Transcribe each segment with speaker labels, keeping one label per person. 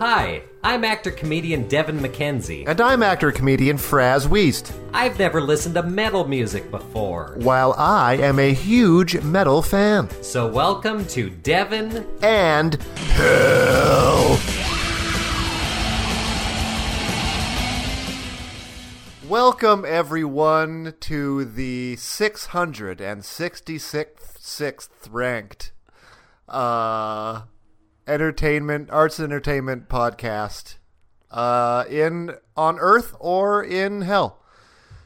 Speaker 1: Hi, I'm actor comedian Devin McKenzie.
Speaker 2: And I'm actor comedian Fraz Wiest,
Speaker 1: I've never listened to metal music before.
Speaker 2: while I am a huge metal fan.
Speaker 1: So, welcome to Devin.
Speaker 2: And hell. Welcome everyone to the 666th sixth ranked uh entertainment arts and entertainment podcast uh in on earth or in hell.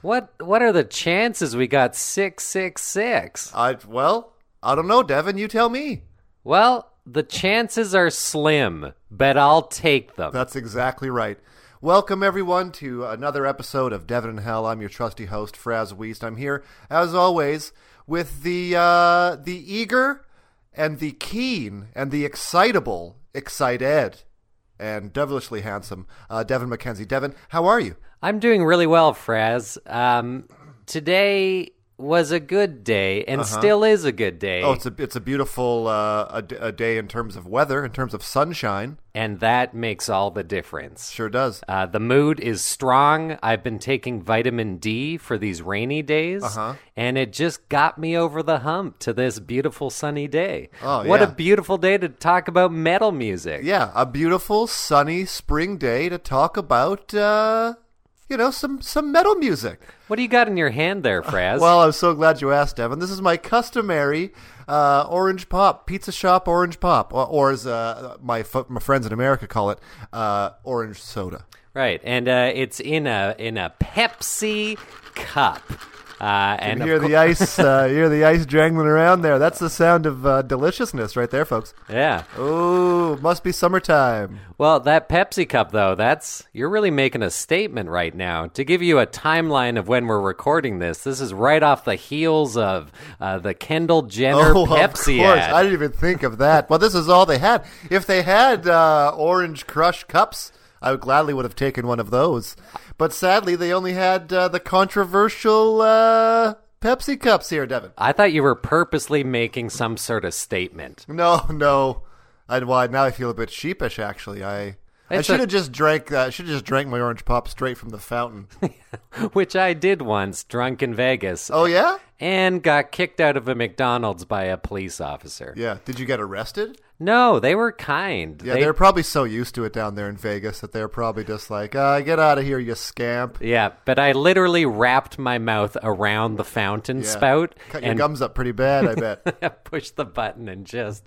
Speaker 3: What what are the chances we got 666?
Speaker 2: I well, I don't know, Devin. You tell me.
Speaker 3: Well, the chances are slim, but I'll take them.
Speaker 2: That's exactly right. Welcome everyone to another episode of Devin and Hell. I'm your trusty host Fraz Wiest. I'm here as always with the uh, the eager and the keen and the excitable, excited and devilishly handsome uh, Devin McKenzie. Devin, how are you?
Speaker 3: I'm doing really well, Fraz. Um, today was a good day and still is a good day.
Speaker 2: Uh-huh. Oh, it's a it's a beautiful uh, a, d- a day in terms of weather, in terms of sunshine.
Speaker 3: and that makes all the difference.
Speaker 2: Sure does.
Speaker 3: Uh, the mood is strong. I've been taking vitamin D for these rainy days,
Speaker 2: Uh-huh.
Speaker 3: and it just got me over the hump to this beautiful sunny day.
Speaker 2: Oh,
Speaker 3: what a
Speaker 2: yeah.
Speaker 3: beautiful day to talk about metal music.
Speaker 2: Yeah, a beautiful sunny spring day to talk about, uh, you know, some some metal music.
Speaker 3: What do you got in your hand there, Fraz?
Speaker 2: Well, I'm so glad you asked, Devin. This is my customary uh, orange pop pizza shop orange pop, or, or as uh, my f- my friends in America call it, uh, orange soda.
Speaker 3: right, and uh, it's in a in a Pepsi cup, uh, and
Speaker 2: You
Speaker 3: of
Speaker 2: hear the ice, uh, you hear the ice jangling around there. That's the sound of uh, deliciousness right there, folks.
Speaker 3: cou- yeah.
Speaker 2: Oh, must be summertime.
Speaker 3: Well, that Pepsi cup though, that's you're really making a statement right now. To give you a timeline of when we're recording this, this is right off the heels of uh, the Kendall Jenner
Speaker 2: Oh,
Speaker 3: Pepsi
Speaker 2: of course.
Speaker 3: ad.
Speaker 2: I didn't even think of that. Well, this is all they had. If they had uh, orange crush cups, I would gladly would have taken one of those. But sadly, they only had uh, the controversial uh, Pepsi cups here, Devin.
Speaker 3: I thought you were purposely making some sort of statement.
Speaker 2: No, no. I'd why now I feel a bit sheepish. Actually, I. I
Speaker 3: It's
Speaker 2: should
Speaker 3: a-
Speaker 2: have just drank. Uh, should have just drank my orange pop straight from the fountain.
Speaker 3: Which I did once, drunk in Vegas,
Speaker 2: Oh yeah,
Speaker 3: and got kicked out of a McDonald's by a police officer.
Speaker 2: yeah. Did you get arrested?
Speaker 3: No, they were kind.
Speaker 2: Yeah,
Speaker 3: they,
Speaker 2: they, are probably so used to it down there in Vegas that they're probably just like, uh, "Get out of here, you scamp!"
Speaker 3: yeah, but I literally wrapped my mouth around the fountain
Speaker 2: Yeah.
Speaker 3: spout
Speaker 2: Cut your
Speaker 3: and
Speaker 2: gums up pretty bad, I bet.
Speaker 3: pushed the button and just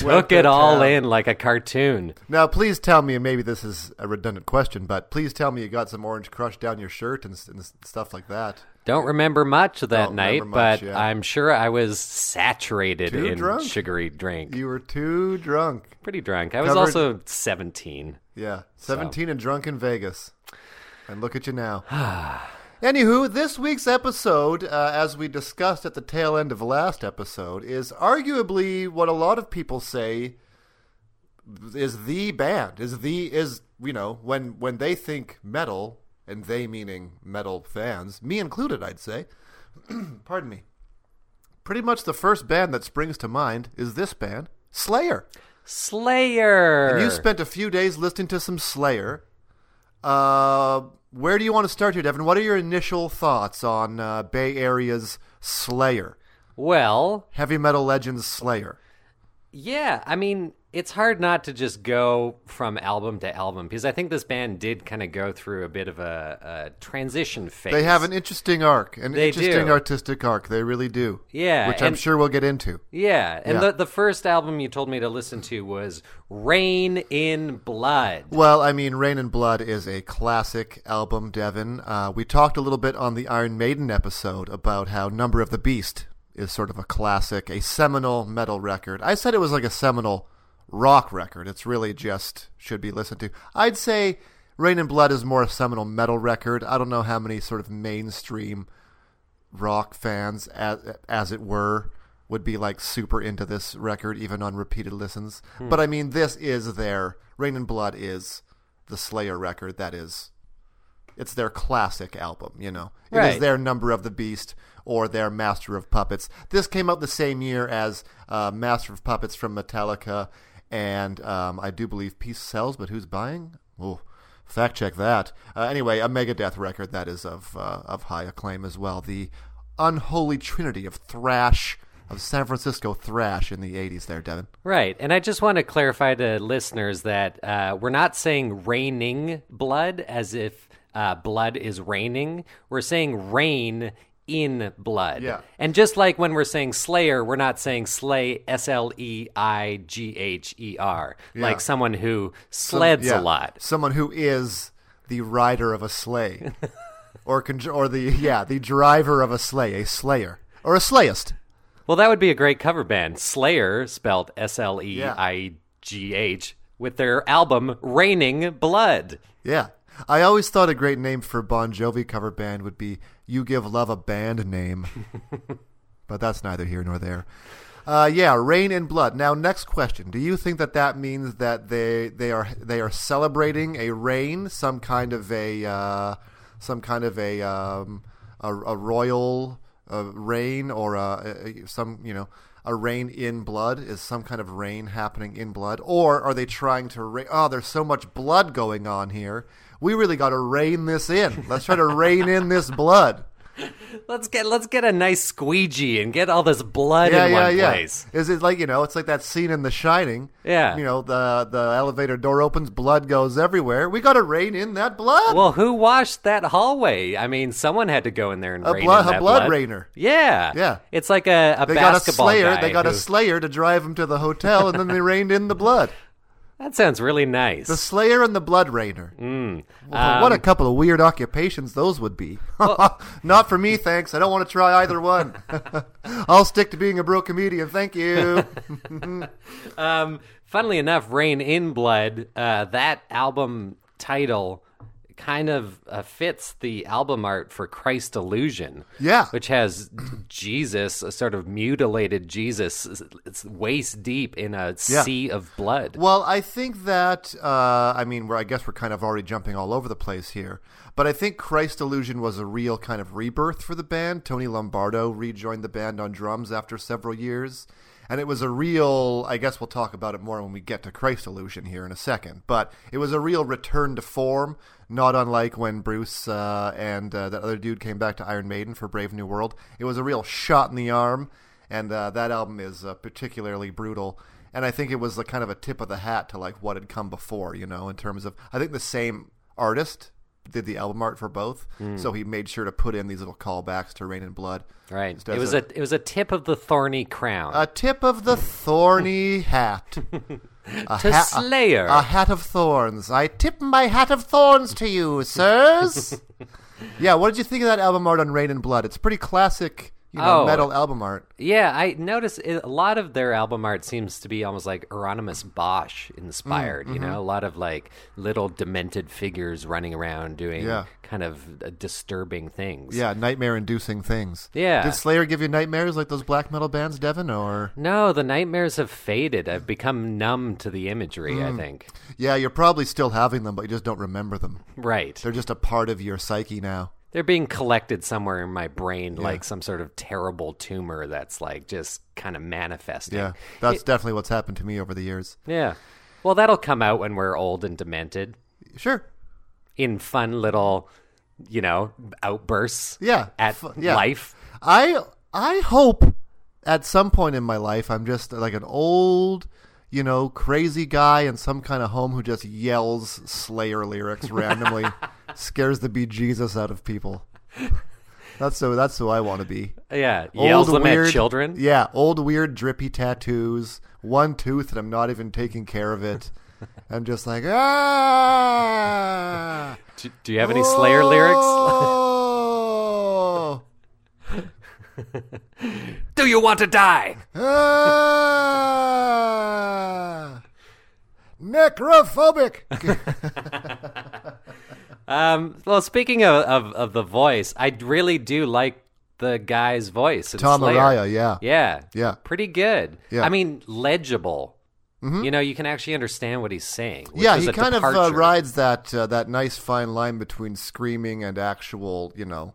Speaker 2: Went
Speaker 3: took
Speaker 2: to
Speaker 3: it all
Speaker 2: town.
Speaker 3: in like a cartoon.
Speaker 2: now, please tell me, and maybe this is a redundant question, but please tell me you got some orange crush down your shirt and, s- and s- stuff like that.
Speaker 3: Don't remember much that
Speaker 2: Don't
Speaker 3: night,
Speaker 2: remember much,
Speaker 3: but
Speaker 2: yeah.
Speaker 3: I'm sure I was saturated
Speaker 2: Too
Speaker 3: in
Speaker 2: drunk?
Speaker 3: sugary drink.
Speaker 2: You were too drunk.
Speaker 3: Pretty drunk. I was
Speaker 2: Covered-
Speaker 3: also 17.
Speaker 2: Yeah, 17 and drunk in Vegas. And look at you now. Anywho, this week's episode, uh, as we discussed at the tail end of last episode, is arguably what a lot of people say is the band is the is you know when when they think metal and they meaning metal fans, me included, I'd say. Pardon me. Pretty much the first band that springs to mind is this band, Slayer.
Speaker 3: Slayer.
Speaker 2: You spent a few days listening to some Slayer. Uh, where do you want to start here, Devin? What are your initial thoughts on uh, Bay Area's Slayer,
Speaker 3: well,
Speaker 2: heavy metal legends Slayer?
Speaker 3: Yeah, I mean, it's hard not to just go from album to album because I think this band did kind of go through a bit of a, a transition phase.
Speaker 2: They have an interesting arc, an
Speaker 3: They
Speaker 2: interesting
Speaker 3: do.
Speaker 2: artistic arc. They really do.
Speaker 3: Yeah,
Speaker 2: which I'm
Speaker 3: and-
Speaker 2: sure we'll get into.
Speaker 3: Yeah, and
Speaker 2: Yeah.
Speaker 3: The, the first album you told me to listen to was Rain in Blood.
Speaker 2: Well, I mean, Rain and Blood is a classic album, Devin. Uh, we talked a little bit on the Iron Maiden episode about how Number of the Beast is sort of a classic, a seminal metal record. I said it was like a seminal rock record. It's really just should be listened to. I'd say Rain and Blood is more a seminal metal record. I don't know how many sort of mainstream rock fans, as, as it were, would be like super into this record, even on repeated listens. But I mean, this is their Rain and Blood is the Slayer record that is. It's their classic album, you know. It is
Speaker 3: Right.
Speaker 2: their Number of the Beast or their Master of Puppets. This came out the same year as uh, Master of Puppets from Metallica and um, I do believe Peace sells, but who's buying? Oh, fact check that. Uh, anyway, a Megadeth record that is of uh, of high acclaim as well. The unholy trinity of thrash of San Francisco thrash in the '80s. There, Devin.
Speaker 3: Right. And I just want to clarify to listeners that uh, we're not saying raining blood as if uh, blood is raining. We're saying rain in blood.
Speaker 2: Yeah.
Speaker 3: And just like when we're saying slayer, we're not saying slay, S L E I G H E R, like someone who sleds a
Speaker 2: Yeah.
Speaker 3: lot.
Speaker 2: Someone who is the rider of a sleigh, or con- or the yeah the driver of a sleigh, a slayer or a slayist.
Speaker 3: Well, that would be a great cover band. Slayer, spelled S L E I G H, with their album Raining Blood.
Speaker 2: Yeah. I always thought a great name for Bon Jovi cover band would be You Give Love a Band Name. but that's neither here nor there. Uh, yeah, Rain and Blood. Now, next question. Do you think that that means that they they are they are celebrating a rain, some kind of a uh, some kind of a um, a, a royal uh, rain or a, a, some, you know, a rain in blood is some kind of rain happening in blood or are they trying to ra- oh there's so much blood going on here we really got to rein this in let's try to rein in this blood
Speaker 3: Let's get let's get a nice squeegee and get all this blood
Speaker 2: yeah
Speaker 3: in
Speaker 2: yeah
Speaker 3: one
Speaker 2: yeah
Speaker 3: place.
Speaker 2: is it like you know it's like that scene in the shining
Speaker 3: Yeah.
Speaker 2: you know the the elevator door opens blood goes everywhere we got to rein in that blood
Speaker 3: Well, who washed that hallway? I mean, someone had to go in there and
Speaker 2: A
Speaker 3: rain
Speaker 2: blood-
Speaker 3: in
Speaker 2: a
Speaker 3: that
Speaker 2: blood
Speaker 3: blood
Speaker 2: rainer.
Speaker 3: Yeah,
Speaker 2: Yeah.
Speaker 3: It's like a, a
Speaker 2: they got a
Speaker 3: basketball
Speaker 2: slayer
Speaker 3: guy
Speaker 2: they got a
Speaker 3: who-
Speaker 2: slayer to drive him to the hotel and then they reined in the blood
Speaker 3: that sounds really nice.
Speaker 2: the slayer and the blood rainer
Speaker 3: Mm.
Speaker 2: Well,
Speaker 3: Um,
Speaker 2: what a couple of weird occupations those would be. Not for me, thanks. I don't want to try either one. I'll stick to being a bro comedian. Thank you.
Speaker 3: Um, funnily enough, Rain in Blood, uh, that album title kind of uh, fits the album art for Christ Illusion.
Speaker 2: Yeah.
Speaker 3: Which has Jesus, a sort of mutilated Jesus, s- it's waist deep in a
Speaker 2: Yeah.
Speaker 3: sea of blood.
Speaker 2: well, I think that uh, I mean, we're, I guess we're kind of already jumping all over the place here, but I think Christ Illusion was a real kind of rebirth for the band. Tony Lombardo rejoined the band on drums after several years, and it was a real. I guess we'll talk about it more when we get to Christ Illusion here in a second, but it was a real return to form. not unlike when Bruce uh, and uh, that other dude came back to Iron Maiden for Brave New World. It was a real shot in the arm, and uh, that album is uh, particularly brutal. And I think it was the kind of a tip of the hat to like what had come before, you know, in terms of I think the same artist did the album art for both,
Speaker 3: Hmm.
Speaker 2: so he made sure to put in these little callbacks to Rain and Blood.
Speaker 3: Right.
Speaker 2: Just as
Speaker 3: It was a, it was a tip of the thorny crown.
Speaker 2: a tip of the thorny hat.
Speaker 3: to
Speaker 2: ha- uh, a-
Speaker 3: Slayer.
Speaker 2: A hat of thorns. I tip my hat of thorns to you, sirs. yeah, what did you think of that album art on Rain and Blood? It's pretty classic, you know,
Speaker 3: Oh.
Speaker 2: metal album art.
Speaker 3: Yeah, I noticed it, a lot of their album art seems to be almost like Euronymous Bosch inspired.
Speaker 2: Mm,
Speaker 3: You
Speaker 2: mm-hmm.
Speaker 3: know, a lot of like little demented figures running around doing
Speaker 2: Yeah.
Speaker 3: kind of uh, disturbing things.
Speaker 2: Yeah, nightmare-inducing things.
Speaker 3: Yeah.
Speaker 2: Did Slayer give you nightmares like those black metal bands, Devin? Or
Speaker 3: No, the nightmares have faded. I've become numb to the imagery,
Speaker 2: Mm.
Speaker 3: I think.
Speaker 2: yeah, you're probably still having them, but you just don't remember them.
Speaker 3: Right.
Speaker 2: They're just a part of your psyche now.
Speaker 3: They're being collected somewhere in my brain like some sort of terrible tumor that's like just kind of manifesting.
Speaker 2: Yeah, that's definitely what's happened to me over the years.
Speaker 3: Yeah. Well, that'll come out when we're old and demented.
Speaker 2: Sure.
Speaker 3: in fun little, you know, outbursts.
Speaker 2: Yeah,
Speaker 3: At
Speaker 2: fu- yeah.
Speaker 3: life.
Speaker 2: I I hope at some point in my life I'm just like an old, you know, crazy guy in some kind of home who just yells Slayer lyrics randomly, scares the bejesus out of people. That's so. That's who I want to be.
Speaker 3: Yeah. Yells them
Speaker 2: weird,
Speaker 3: at children.
Speaker 2: Yeah, old weird drippy tattoos, one tooth, and I'm not even taking care of it. I'm just like ah.
Speaker 3: Do, do you have any Slayer lyrics?
Speaker 2: Oh.
Speaker 3: Do you want to die?
Speaker 2: Ah, necrophobic.
Speaker 3: Um, well, speaking of, of, of the voice, I really do like the guy's voice. in
Speaker 2: Tom
Speaker 3: Slayer.
Speaker 2: Araya, yeah.
Speaker 3: Yeah.
Speaker 2: Yeah.
Speaker 3: Pretty good.
Speaker 2: Yeah. Mm-hmm.
Speaker 3: I mean, legible. You know, you can actually understand what he's saying. Which
Speaker 2: Yeah,
Speaker 3: is
Speaker 2: he
Speaker 3: a
Speaker 2: kind of uh,
Speaker 3: departure.
Speaker 2: rides that uh, that nice fine line between screaming and actual, you know,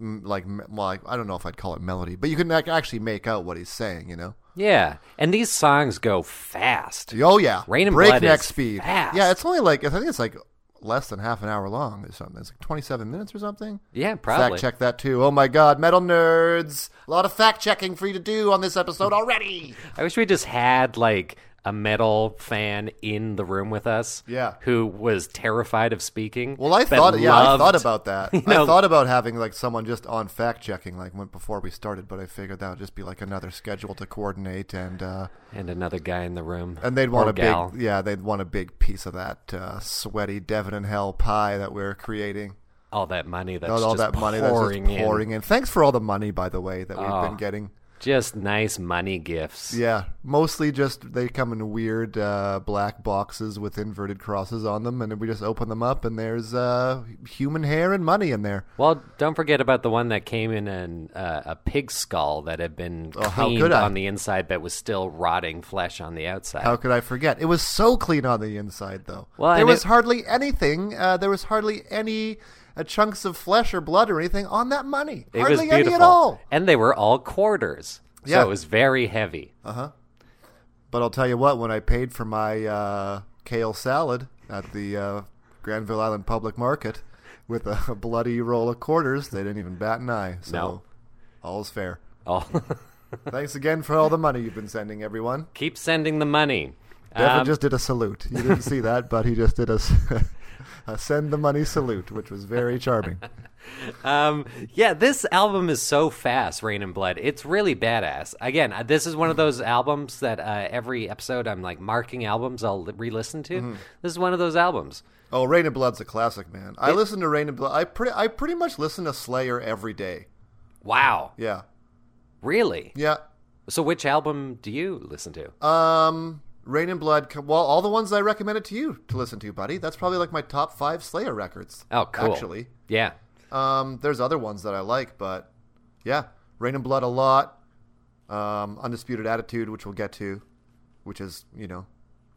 Speaker 2: m- like m- well, like, I don't know if I'd call it melody, but you can ac- actually make out what he's saying. You know?
Speaker 3: Yeah, and these songs go fast.
Speaker 2: Oh yeah,
Speaker 3: Rain and
Speaker 2: breakneck
Speaker 3: Blood is
Speaker 2: speed.
Speaker 3: fast.
Speaker 2: Yeah, it's only like I think it's like less than half an hour long or something. It's like twenty seven minutes or something.
Speaker 3: Yeah, probably.
Speaker 2: Fact check that too. Oh my God, metal nerds! A lot of fact checking for you to do on this episode already.
Speaker 3: I wish we just had like a metal fan in the room with us.
Speaker 2: Yeah.
Speaker 3: Who was terrified of speaking.
Speaker 2: Well, I
Speaker 3: but
Speaker 2: thought, yeah, I
Speaker 3: loved-
Speaker 2: thought about that.
Speaker 3: know-
Speaker 2: I thought about having like someone just on fact checking, like went before we started, but I figured that would just be like another schedule to coordinate, and uh,
Speaker 3: And another guy in the room.
Speaker 2: and they'd want
Speaker 3: Or
Speaker 2: a
Speaker 3: gal.
Speaker 2: big, yeah, they'd want a big piece of that uh, sweaty Devon and Hell pie that we're creating.
Speaker 3: all that money that's
Speaker 2: All, all
Speaker 3: just
Speaker 2: that money that's
Speaker 3: pouring
Speaker 2: just pouring
Speaker 3: in.
Speaker 2: in. Thanks for all the money, by the way, that we've
Speaker 3: Oh.
Speaker 2: been getting.
Speaker 3: Just nice money gifts.
Speaker 2: Yeah, mostly just they come in weird uh, black boxes with inverted crosses on them, and we just open them up, and there's uh, human hair and money in there.
Speaker 3: Well, don't forget about the one that came in an, uh, a pig skull that had been
Speaker 2: Oh, how
Speaker 3: cleaned
Speaker 2: could I?
Speaker 3: on the inside, but was still rotting flesh on the outside.
Speaker 2: How could I forget? It was so clean on the inside, though.
Speaker 3: Well,
Speaker 2: there
Speaker 3: and
Speaker 2: was
Speaker 3: it-
Speaker 2: hardly anything. Uh, there was hardly any uh, chunks of flesh or blood or anything on that money.
Speaker 3: it was
Speaker 2: hardly
Speaker 3: beautiful,
Speaker 2: any at all.
Speaker 3: and they were all quarters.
Speaker 2: Yeah. Uh.
Speaker 3: So it was very heavy.
Speaker 2: But I'll tell you what, when I paid for my uh, kale salad at the uh, Granville Island Public Market with a bloody roll of quarters, they didn't even bat an eye. So
Speaker 3: No.
Speaker 2: all's fair.
Speaker 3: Oh,
Speaker 2: Thanks again for all the money you've been sending, everyone.
Speaker 3: keep sending the money.
Speaker 2: Devin
Speaker 3: Um,
Speaker 2: just did a salute. You didn't see that, but he just did a, s- a send the money salute, which was very charming.
Speaker 3: um, yeah, this album is so fast, Rain and Blood. It's really badass. Again, uh, this is one of those albums that uh, every episode I'm like marking albums I'll li- re-listen to.
Speaker 2: Mm-hmm.
Speaker 3: This is one of those albums.
Speaker 2: Oh, Rain and Blood's a classic, man. I listen to Rain and Blood. I pretty, I pretty much listen to Slayer every day.
Speaker 3: Wow,
Speaker 2: Yeah,
Speaker 3: really?
Speaker 2: yeah.
Speaker 3: So, which album do you listen to?
Speaker 2: Um, Rain and Blood. co- Well, all the ones I recommended to you to listen to, buddy. That's probably like my top five Slayer records.
Speaker 3: Oh, cool.
Speaker 2: Actually,
Speaker 3: yeah,
Speaker 2: um, there's other ones that I like, but yeah, Rain and Blood a lot. Um, Undisputed Attitude, which we'll get to, which is you know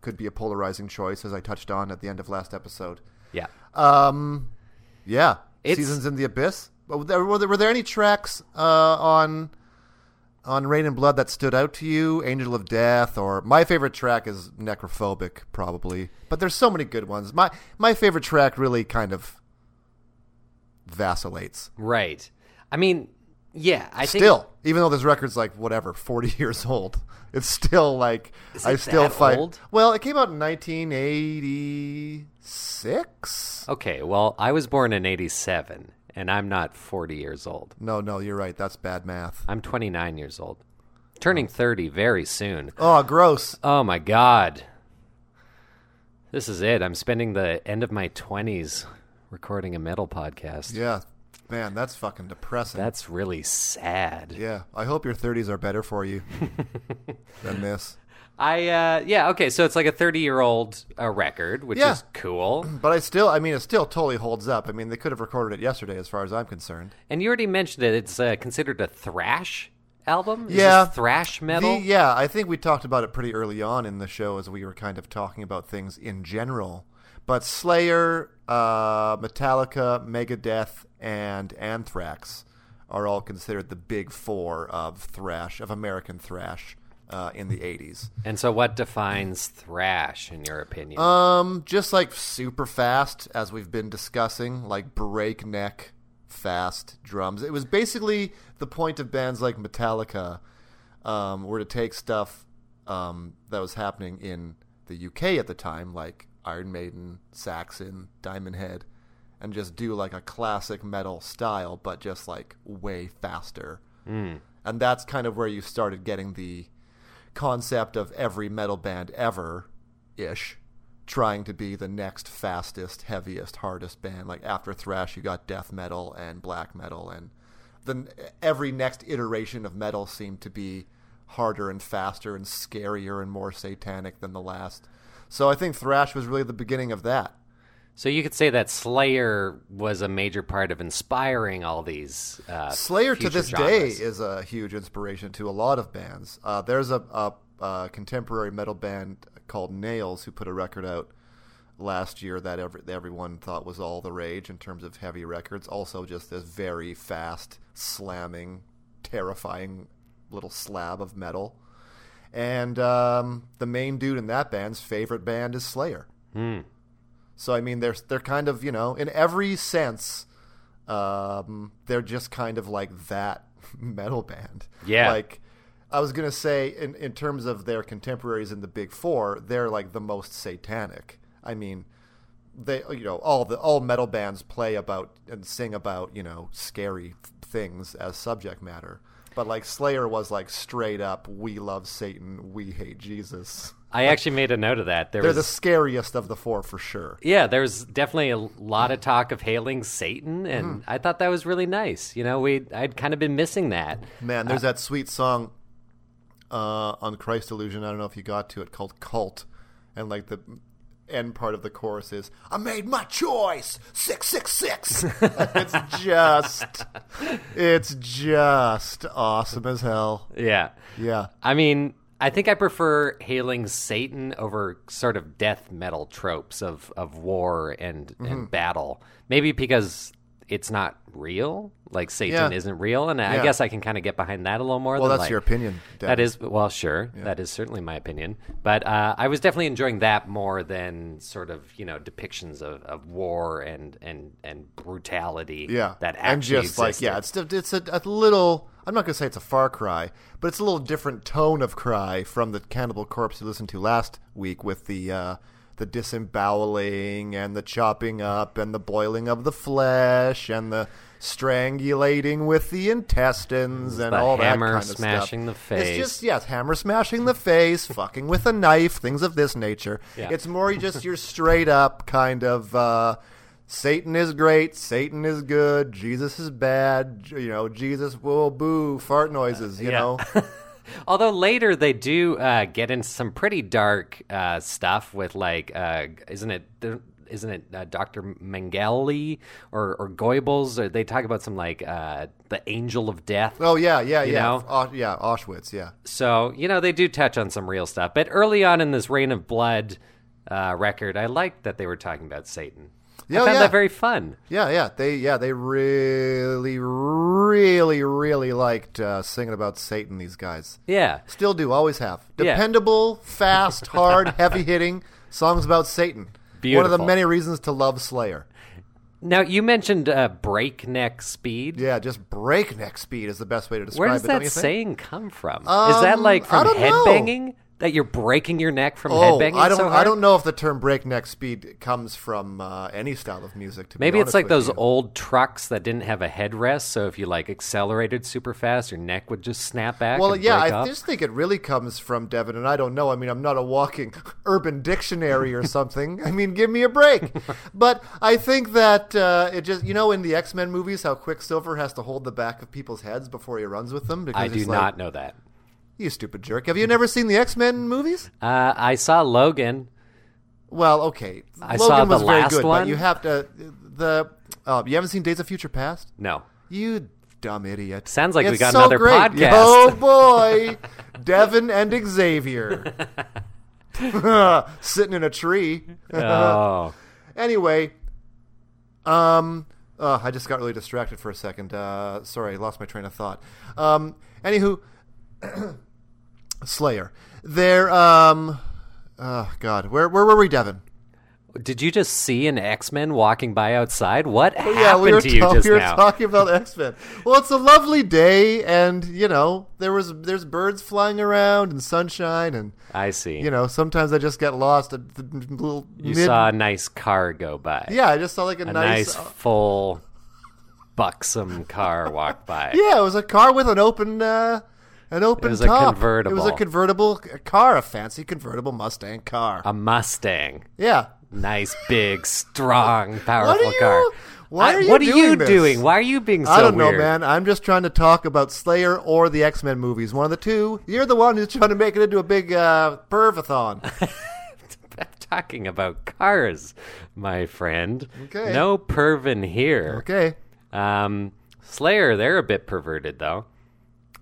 Speaker 2: could be a polarizing choice as I touched on at the end of last episode.
Speaker 3: yeah.
Speaker 2: Um, yeah,
Speaker 3: It's-
Speaker 2: seasons in the abyss. Were there, were there, were there any tracks uh, on on Rain and Blood that stood out to you? Angel of Death, or my favorite track is Necrophobic, probably. But there's so many good ones. My my favorite track really kind of vacillates.
Speaker 3: Right. I mean, yeah. I think
Speaker 2: still, even though this record's like whatever, forty years old, it's still like
Speaker 3: Is
Speaker 2: I
Speaker 3: it
Speaker 2: still
Speaker 3: that
Speaker 2: fight.
Speaker 3: old?
Speaker 2: Well, it came out in 1986.
Speaker 3: Okay. Well, I was born in '87, and I'm not 40 years old.
Speaker 2: No, no, you're right. That's bad math.
Speaker 3: I'm 29 years old, turning 30 very soon.
Speaker 2: Oh, gross.
Speaker 3: Oh my god. This is it. I'm spending the end of my 20s recording a metal podcast.
Speaker 2: Yeah. Man, that's fucking depressing.
Speaker 3: That's really sad.
Speaker 2: yeah. I hope your 30s are better for you than this.
Speaker 3: I uh yeah, okay, so it's like a 30-year-old uh, record, which
Speaker 2: Yeah.
Speaker 3: is cool.
Speaker 2: But I still, I mean, it still totally holds up. I mean, they could have recorded it yesterday, as far as I'm concerned.
Speaker 3: And you already mentioned it. It's uh, considered a thrash album? Is
Speaker 2: Yeah.
Speaker 3: this thrash metal?
Speaker 2: The- yeah, I think we talked about it pretty early on in the show as we were kind of talking about things in general. But Slayer, uh, Metallica, Megadeth, and Anthrax are all considered the big four of thrash, of American thrash uh, in the 80s.
Speaker 3: And so what defines thrash in your opinion?
Speaker 2: Um, just like super fast, as we've been discussing, like breakneck fast drums. It was basically the point of bands like Metallica um, were to take stuff um, that was happening in the UK at the time, like Iron Maiden, Saxon, Diamond Head, and just do like a classic metal style, but just like way faster. And that's kind of where you started getting the concept of every metal band ever ish trying to be the next fastest, heaviest, hardest band. Like after thrash, you got death metal and black metal, and then every next iteration of metal seemed to be harder and faster and scarier and more satanic than the last. So I think thrash was really the beginning of that.
Speaker 3: so you could say that Slayer was a major part of inspiring all these uh,
Speaker 2: Slayer to
Speaker 3: future
Speaker 2: this
Speaker 3: genres.
Speaker 2: day is a huge inspiration to a lot of bands. Uh, there's a, a, a contemporary metal band called Nails who put a record out last year that every, that everyone thought was all the rage in terms of heavy records. Also, just this very fast, slamming, terrifying little slab of metal. And um, the main dude in that band's favorite band is Slayer. So I mean, they're they're kind of you know in every sense, um, they're just kind of like that metal band.
Speaker 3: Yeah.
Speaker 2: Like I was gonna say, in in terms of their contemporaries in the Big Four, they're like the most satanic. I mean, they you know all the all metal bands play about and sing about you know scary things as subject matter. But like Slayer was like straight up, we love Satan, we hate Jesus.
Speaker 3: I actually made a note of that. There
Speaker 2: They're
Speaker 3: was
Speaker 2: the scariest of the four for sure.
Speaker 3: yeah, there was definitely a lot of talk of hailing Satan,
Speaker 2: Hmm.
Speaker 3: and I thought that was really nice. You know, we I'd kind of been missing that.
Speaker 2: Man, there's that sweet song uh, on Christ Illusion. I don't know if you got to it called "Cult," and like the end part of the chorus is "I made my choice, six six six. It's just, it's just awesome as hell.
Speaker 3: Yeah,
Speaker 2: Yeah,
Speaker 3: I mean, I think I prefer hailing Satan over sort of death metal tropes of, of war and,
Speaker 2: Mm-hmm.
Speaker 3: and battle. Maybe because it's not real. Like Satan
Speaker 2: Yeah.
Speaker 3: isn't real, and I
Speaker 2: Yeah.
Speaker 3: guess I can kind of get behind that a little more.
Speaker 2: well,
Speaker 3: than,
Speaker 2: that's
Speaker 3: like-
Speaker 2: your opinion. Dad.
Speaker 3: That is well, sure. That is certainly my opinion. But uh, I was definitely enjoying that more than sort of you know depictions of, of war and and and brutality.
Speaker 2: yeah.
Speaker 3: that actually
Speaker 2: and just like
Speaker 3: existed.
Speaker 2: yeah, it's it's a, a little. I'm not gonna say it's a far cry, but it's a little different tone of cry from the Cannibal Corpse you listened to last week with the uh, the disemboweling and the chopping up and the boiling of the flesh and the strangulating with the intestines and
Speaker 3: The
Speaker 2: all that
Speaker 3: hammer
Speaker 2: kind of stuff.
Speaker 3: smashing the
Speaker 2: It's
Speaker 3: face.
Speaker 2: just yes, hammer smashing the face, fucking with a knife, things of this nature.
Speaker 3: Yeah.
Speaker 2: It's more just your straight up kind of uh, Satan is great, Satan is good, Jesus is bad, j- you know, Jesus will boo, fart noises, you
Speaker 3: yeah.
Speaker 2: know.
Speaker 3: Although later they do uh, get into some pretty dark uh, stuff with like, uh, isn't it? there- Isn't it uh, Dr. Mengele or, or Goebbels? Or they talk about some like uh, the angel of death.
Speaker 2: Oh yeah, yeah, yeah,
Speaker 3: know?
Speaker 2: Au- yeah, Auschwitz, yeah.
Speaker 3: So, you know, they do touch on some real stuff. But early on in this Reign of Blood uh, record, I liked that they were talking about Satan.
Speaker 2: Yeah,
Speaker 3: I found
Speaker 2: yeah.
Speaker 3: that very fun.
Speaker 2: Yeah, yeah, they yeah they really, really, really liked uh, singing about Satan. These guys
Speaker 3: Yeah.
Speaker 2: still do, always have.
Speaker 3: Yeah.
Speaker 2: Dependable, fast, hard, heavy hitting songs about Satan. One of
Speaker 3: Beautiful.
Speaker 2: the many reasons to love Slayer.
Speaker 3: Now, you mentioned uh, breakneck speed.
Speaker 2: Yeah, just breakneck speed is the best way to describe
Speaker 3: Where does
Speaker 2: it.
Speaker 3: that
Speaker 2: don't you think?
Speaker 3: saying come from? Is that
Speaker 2: Um,
Speaker 3: like from
Speaker 2: I don't know.
Speaker 3: headbanging? That you're breaking your neck from
Speaker 2: Oh,
Speaker 3: headbanging?
Speaker 2: I don't.
Speaker 3: so
Speaker 2: I
Speaker 3: hard?
Speaker 2: don't know if the term breakneck speed comes from uh, any style of music. To be
Speaker 3: Maybe it's
Speaker 2: honest
Speaker 3: like
Speaker 2: with
Speaker 3: those
Speaker 2: you.
Speaker 3: old trucks that didn't have a headrest, so if you like accelerated super fast, your neck would just snap back.
Speaker 2: Well,
Speaker 3: and
Speaker 2: yeah,
Speaker 3: break
Speaker 2: I
Speaker 3: off.
Speaker 2: just think it really comes from Devin, and I don't know. I mean, I'm not a walking urban dictionary or something. I mean, give me a break. but I think that uh, it just, you know, in the X Men movies, how Quicksilver has to hold the back of people's heads before he runs with them. Because
Speaker 3: I do
Speaker 2: he's like,
Speaker 3: not know that.
Speaker 2: You stupid jerk. Have you never seen the X Men movies?
Speaker 3: Uh, I saw Logan.
Speaker 2: Well, okay.
Speaker 3: I
Speaker 2: Logan
Speaker 3: saw the
Speaker 2: was very
Speaker 3: last
Speaker 2: good,
Speaker 3: one.
Speaker 2: but you have to. The uh, you haven't seen Days of Future Past?
Speaker 3: No.
Speaker 2: You dumb idiot.
Speaker 3: Sounds like we
Speaker 2: It's
Speaker 3: got
Speaker 2: so
Speaker 3: another
Speaker 2: great.
Speaker 3: podcast.
Speaker 2: Oh boy. Devin and Xavier. Sitting in a tree.
Speaker 3: Oh.
Speaker 2: anyway, um uh, I just got really distracted for a second. Uh, sorry, I lost my train of thought. Um anywho Slayer. There um oh god, where where were we, Devin?
Speaker 3: Did you just see an X Men walking by outside? What happened
Speaker 2: Oh, yeah, we were,
Speaker 3: to you
Speaker 2: talk-
Speaker 3: just
Speaker 2: we were
Speaker 3: now?
Speaker 2: talking about X Men. Well, it's a lovely day, and you know there was there's birds flying around and sunshine, and
Speaker 3: I see.
Speaker 2: you know sometimes I just get lost. At the little
Speaker 3: you
Speaker 2: mid-
Speaker 3: saw a nice car go by.
Speaker 2: yeah, I just saw like a,
Speaker 3: a
Speaker 2: nice, uh,
Speaker 3: nice, full, buxom car walk by.
Speaker 2: yeah, it was a car with an open uh, an open
Speaker 3: was a
Speaker 2: top. It was a
Speaker 3: convertible.
Speaker 2: convertible c- car, a fancy convertible Mustang car.
Speaker 3: A Mustang.
Speaker 2: yeah,
Speaker 3: Nice, big, strong,
Speaker 2: what
Speaker 3: powerful
Speaker 2: are you?
Speaker 3: car.
Speaker 2: Why
Speaker 3: I-
Speaker 2: are you
Speaker 3: what
Speaker 2: doing
Speaker 3: are you
Speaker 2: this?
Speaker 3: doing? Why are you being so
Speaker 2: I don't know,
Speaker 3: weird?
Speaker 2: man. I'm just trying to talk about Slayer or the X Men movies. One of the two. You're the one who's trying to make it into a big uh, pervathon.
Speaker 3: I'm talking about cars, my friend.
Speaker 2: Okay.
Speaker 3: No pervin here.
Speaker 2: Okay.
Speaker 3: Um, Slayer, they're a bit perverted though.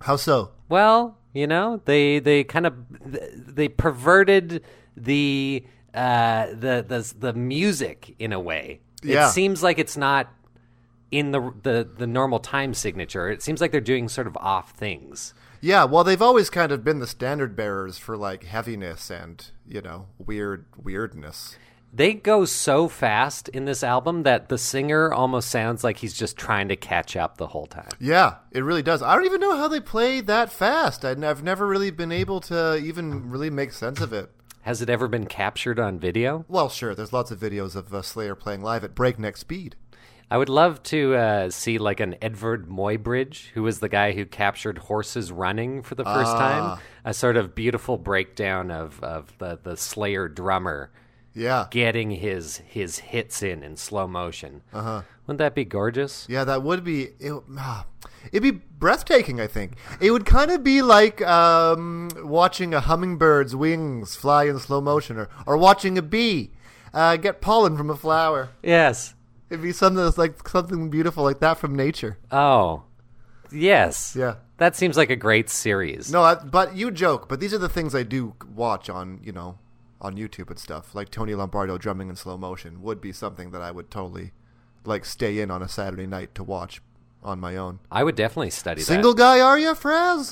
Speaker 2: How so?
Speaker 3: Well, you know, they they kind of they perverted the uh, the the the music in a way.
Speaker 2: Yeah.
Speaker 3: It seems like it's not in the, the the normal time signature. It seems like they're doing sort of off things.
Speaker 2: Yeah, well, they've always kind of been the standard bearers for like heaviness and you know weird weirdness.
Speaker 3: They go so fast in this album that the singer almost sounds like he's just trying to catch up the whole time.
Speaker 2: Yeah, it really does. I don't even know how they play that fast. I, have never really been able to even really make sense of it.
Speaker 3: Has it ever been captured on video?
Speaker 2: Well, sure, there's lots of videos of uh, Slayer playing live at breakneck speed.
Speaker 3: I would love to uh, see like an Edvard Muybridge, who was the guy who captured horses running for the first
Speaker 2: Ah.
Speaker 3: time. A sort of beautiful breakdown of, of the, the Slayer drummer
Speaker 2: Yeah,
Speaker 3: getting his his hits in in slow motion. Uh-huh. Wouldn't that be gorgeous?
Speaker 2: yeah, that would be it. ah, it'd be breathtaking. I think it would kind of be like um, watching a hummingbird's wings fly in slow motion, or or watching a bee uh, get pollen from a flower.
Speaker 3: Yes.
Speaker 2: It'd be something that's like something beautiful like that from nature.
Speaker 3: Oh, yes.
Speaker 2: Yeah.
Speaker 3: That seems like a great series.
Speaker 2: No, I, but you joke. But these are the things I do watch on you know on YouTube and stuff. Like Tony Lombardo drumming in slow motion would be something that I would totally like stay in on a Saturday night to watch on my own.
Speaker 3: I would definitely study
Speaker 2: Single guy, are you, Fraz?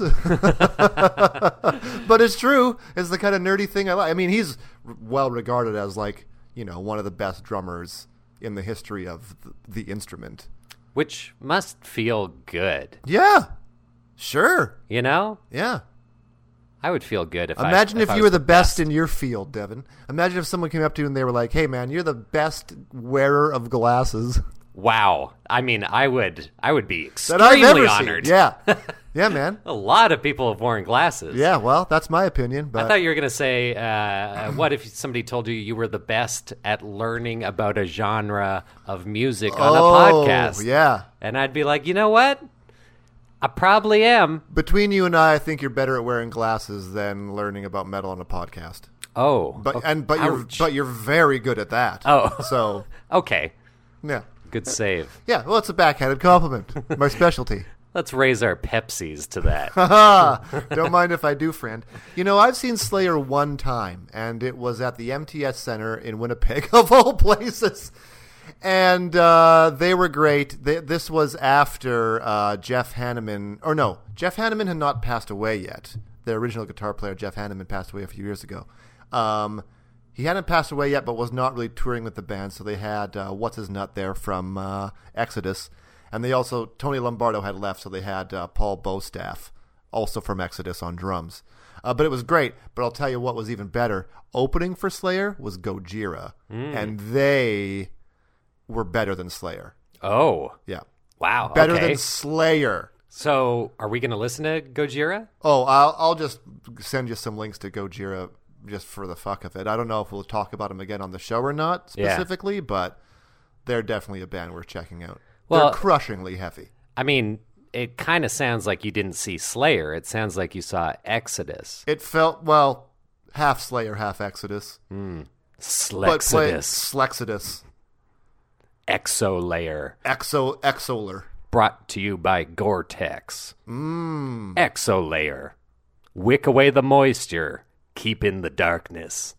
Speaker 2: but it's true. It's the kind of nerdy thing I like. I mean, he's r- well regarded as like you know one of the best drummers in the history of th- the instrument.
Speaker 3: that, which must feel good.
Speaker 2: Yeah, sure.
Speaker 3: You know,
Speaker 2: Yeah.
Speaker 3: I would feel good if. I-
Speaker 2: Imagine if,
Speaker 3: I
Speaker 2: you were
Speaker 3: was
Speaker 2: the best, in your field, Devin. Imagine if someone came up to you and they were like, "Hey, man, you're the best wearer of glasses
Speaker 3: Wow. I mean, I would. I would be
Speaker 2: that I've ever
Speaker 3: extremely honored.
Speaker 2: seen." Yeah, yeah, man.
Speaker 3: A lot of people have worn glasses.
Speaker 2: Yeah, well, that's my opinion,
Speaker 3: I
Speaker 2: but
Speaker 3: thought you were going to say, uh, what if somebody told you you were the best at learning about a genre of music on a
Speaker 2: oh,
Speaker 3: podcast?
Speaker 2: yeah.
Speaker 3: And I'd be like, you know what? I probably am.
Speaker 2: Between you and I, I think you're better at wearing glasses than learning about metal on a podcast.
Speaker 3: Oh.
Speaker 2: But
Speaker 3: o-
Speaker 2: and but you're
Speaker 3: ouch.
Speaker 2: but you're very good at that.
Speaker 3: Oh.
Speaker 2: so
Speaker 3: okay.
Speaker 2: yeah,
Speaker 3: Good save.
Speaker 2: yeah. Well, it's a backhanded compliment. My specialty.
Speaker 3: Let's raise our Pepsis to that.
Speaker 2: Ah, don't mind if I do, friend. You know, I've seen Slayer one time, and it was at the MTS Center in Winnipeg, of all places. And uh, they were great. They, this was after uh, Jeff Hanneman, or no, Jeff Hanneman had not passed away yet. The original guitar player, Jeff Hanneman, passed away a few years ago. Um, he hadn't passed away yet, but was not really touring with the band. So they had uh, what's his nut there from uh, Exodus, and they also Tony Lombardo had left, so they had uh, Paul Bostaff, also from Exodus, on drums. Uh, but it was great. But I'll tell you what was even better. Opening for Slayer was Gojira, and they were better than Slayer.
Speaker 3: oh.
Speaker 2: Yeah,
Speaker 3: Wow.
Speaker 2: better
Speaker 3: okay.
Speaker 2: than Slayer.
Speaker 3: So, are we going to listen to Gojira?
Speaker 2: Oh, I'll, I'll just send you some links to Gojira just for the fuck of it. I don't know if we'll talk about them again on the show or not
Speaker 3: Yeah.
Speaker 2: specifically, but they're definitely a band worth checking out.
Speaker 3: Well-
Speaker 2: they're crushingly heavy.
Speaker 3: I mean, it kind of sounds like you didn't see Slayer. It sounds like you saw Exodus.
Speaker 2: It felt well, half Slayer, half Exodus, but play-
Speaker 3: Slexodus.
Speaker 2: Slexodus,
Speaker 3: Exo Layer.
Speaker 2: Exo Exoler.
Speaker 3: Brought to you by Gore-Tex. Mmm.
Speaker 2: Mm.
Speaker 3: Exo Layer. Wick away the moisture. Keep in the darkness.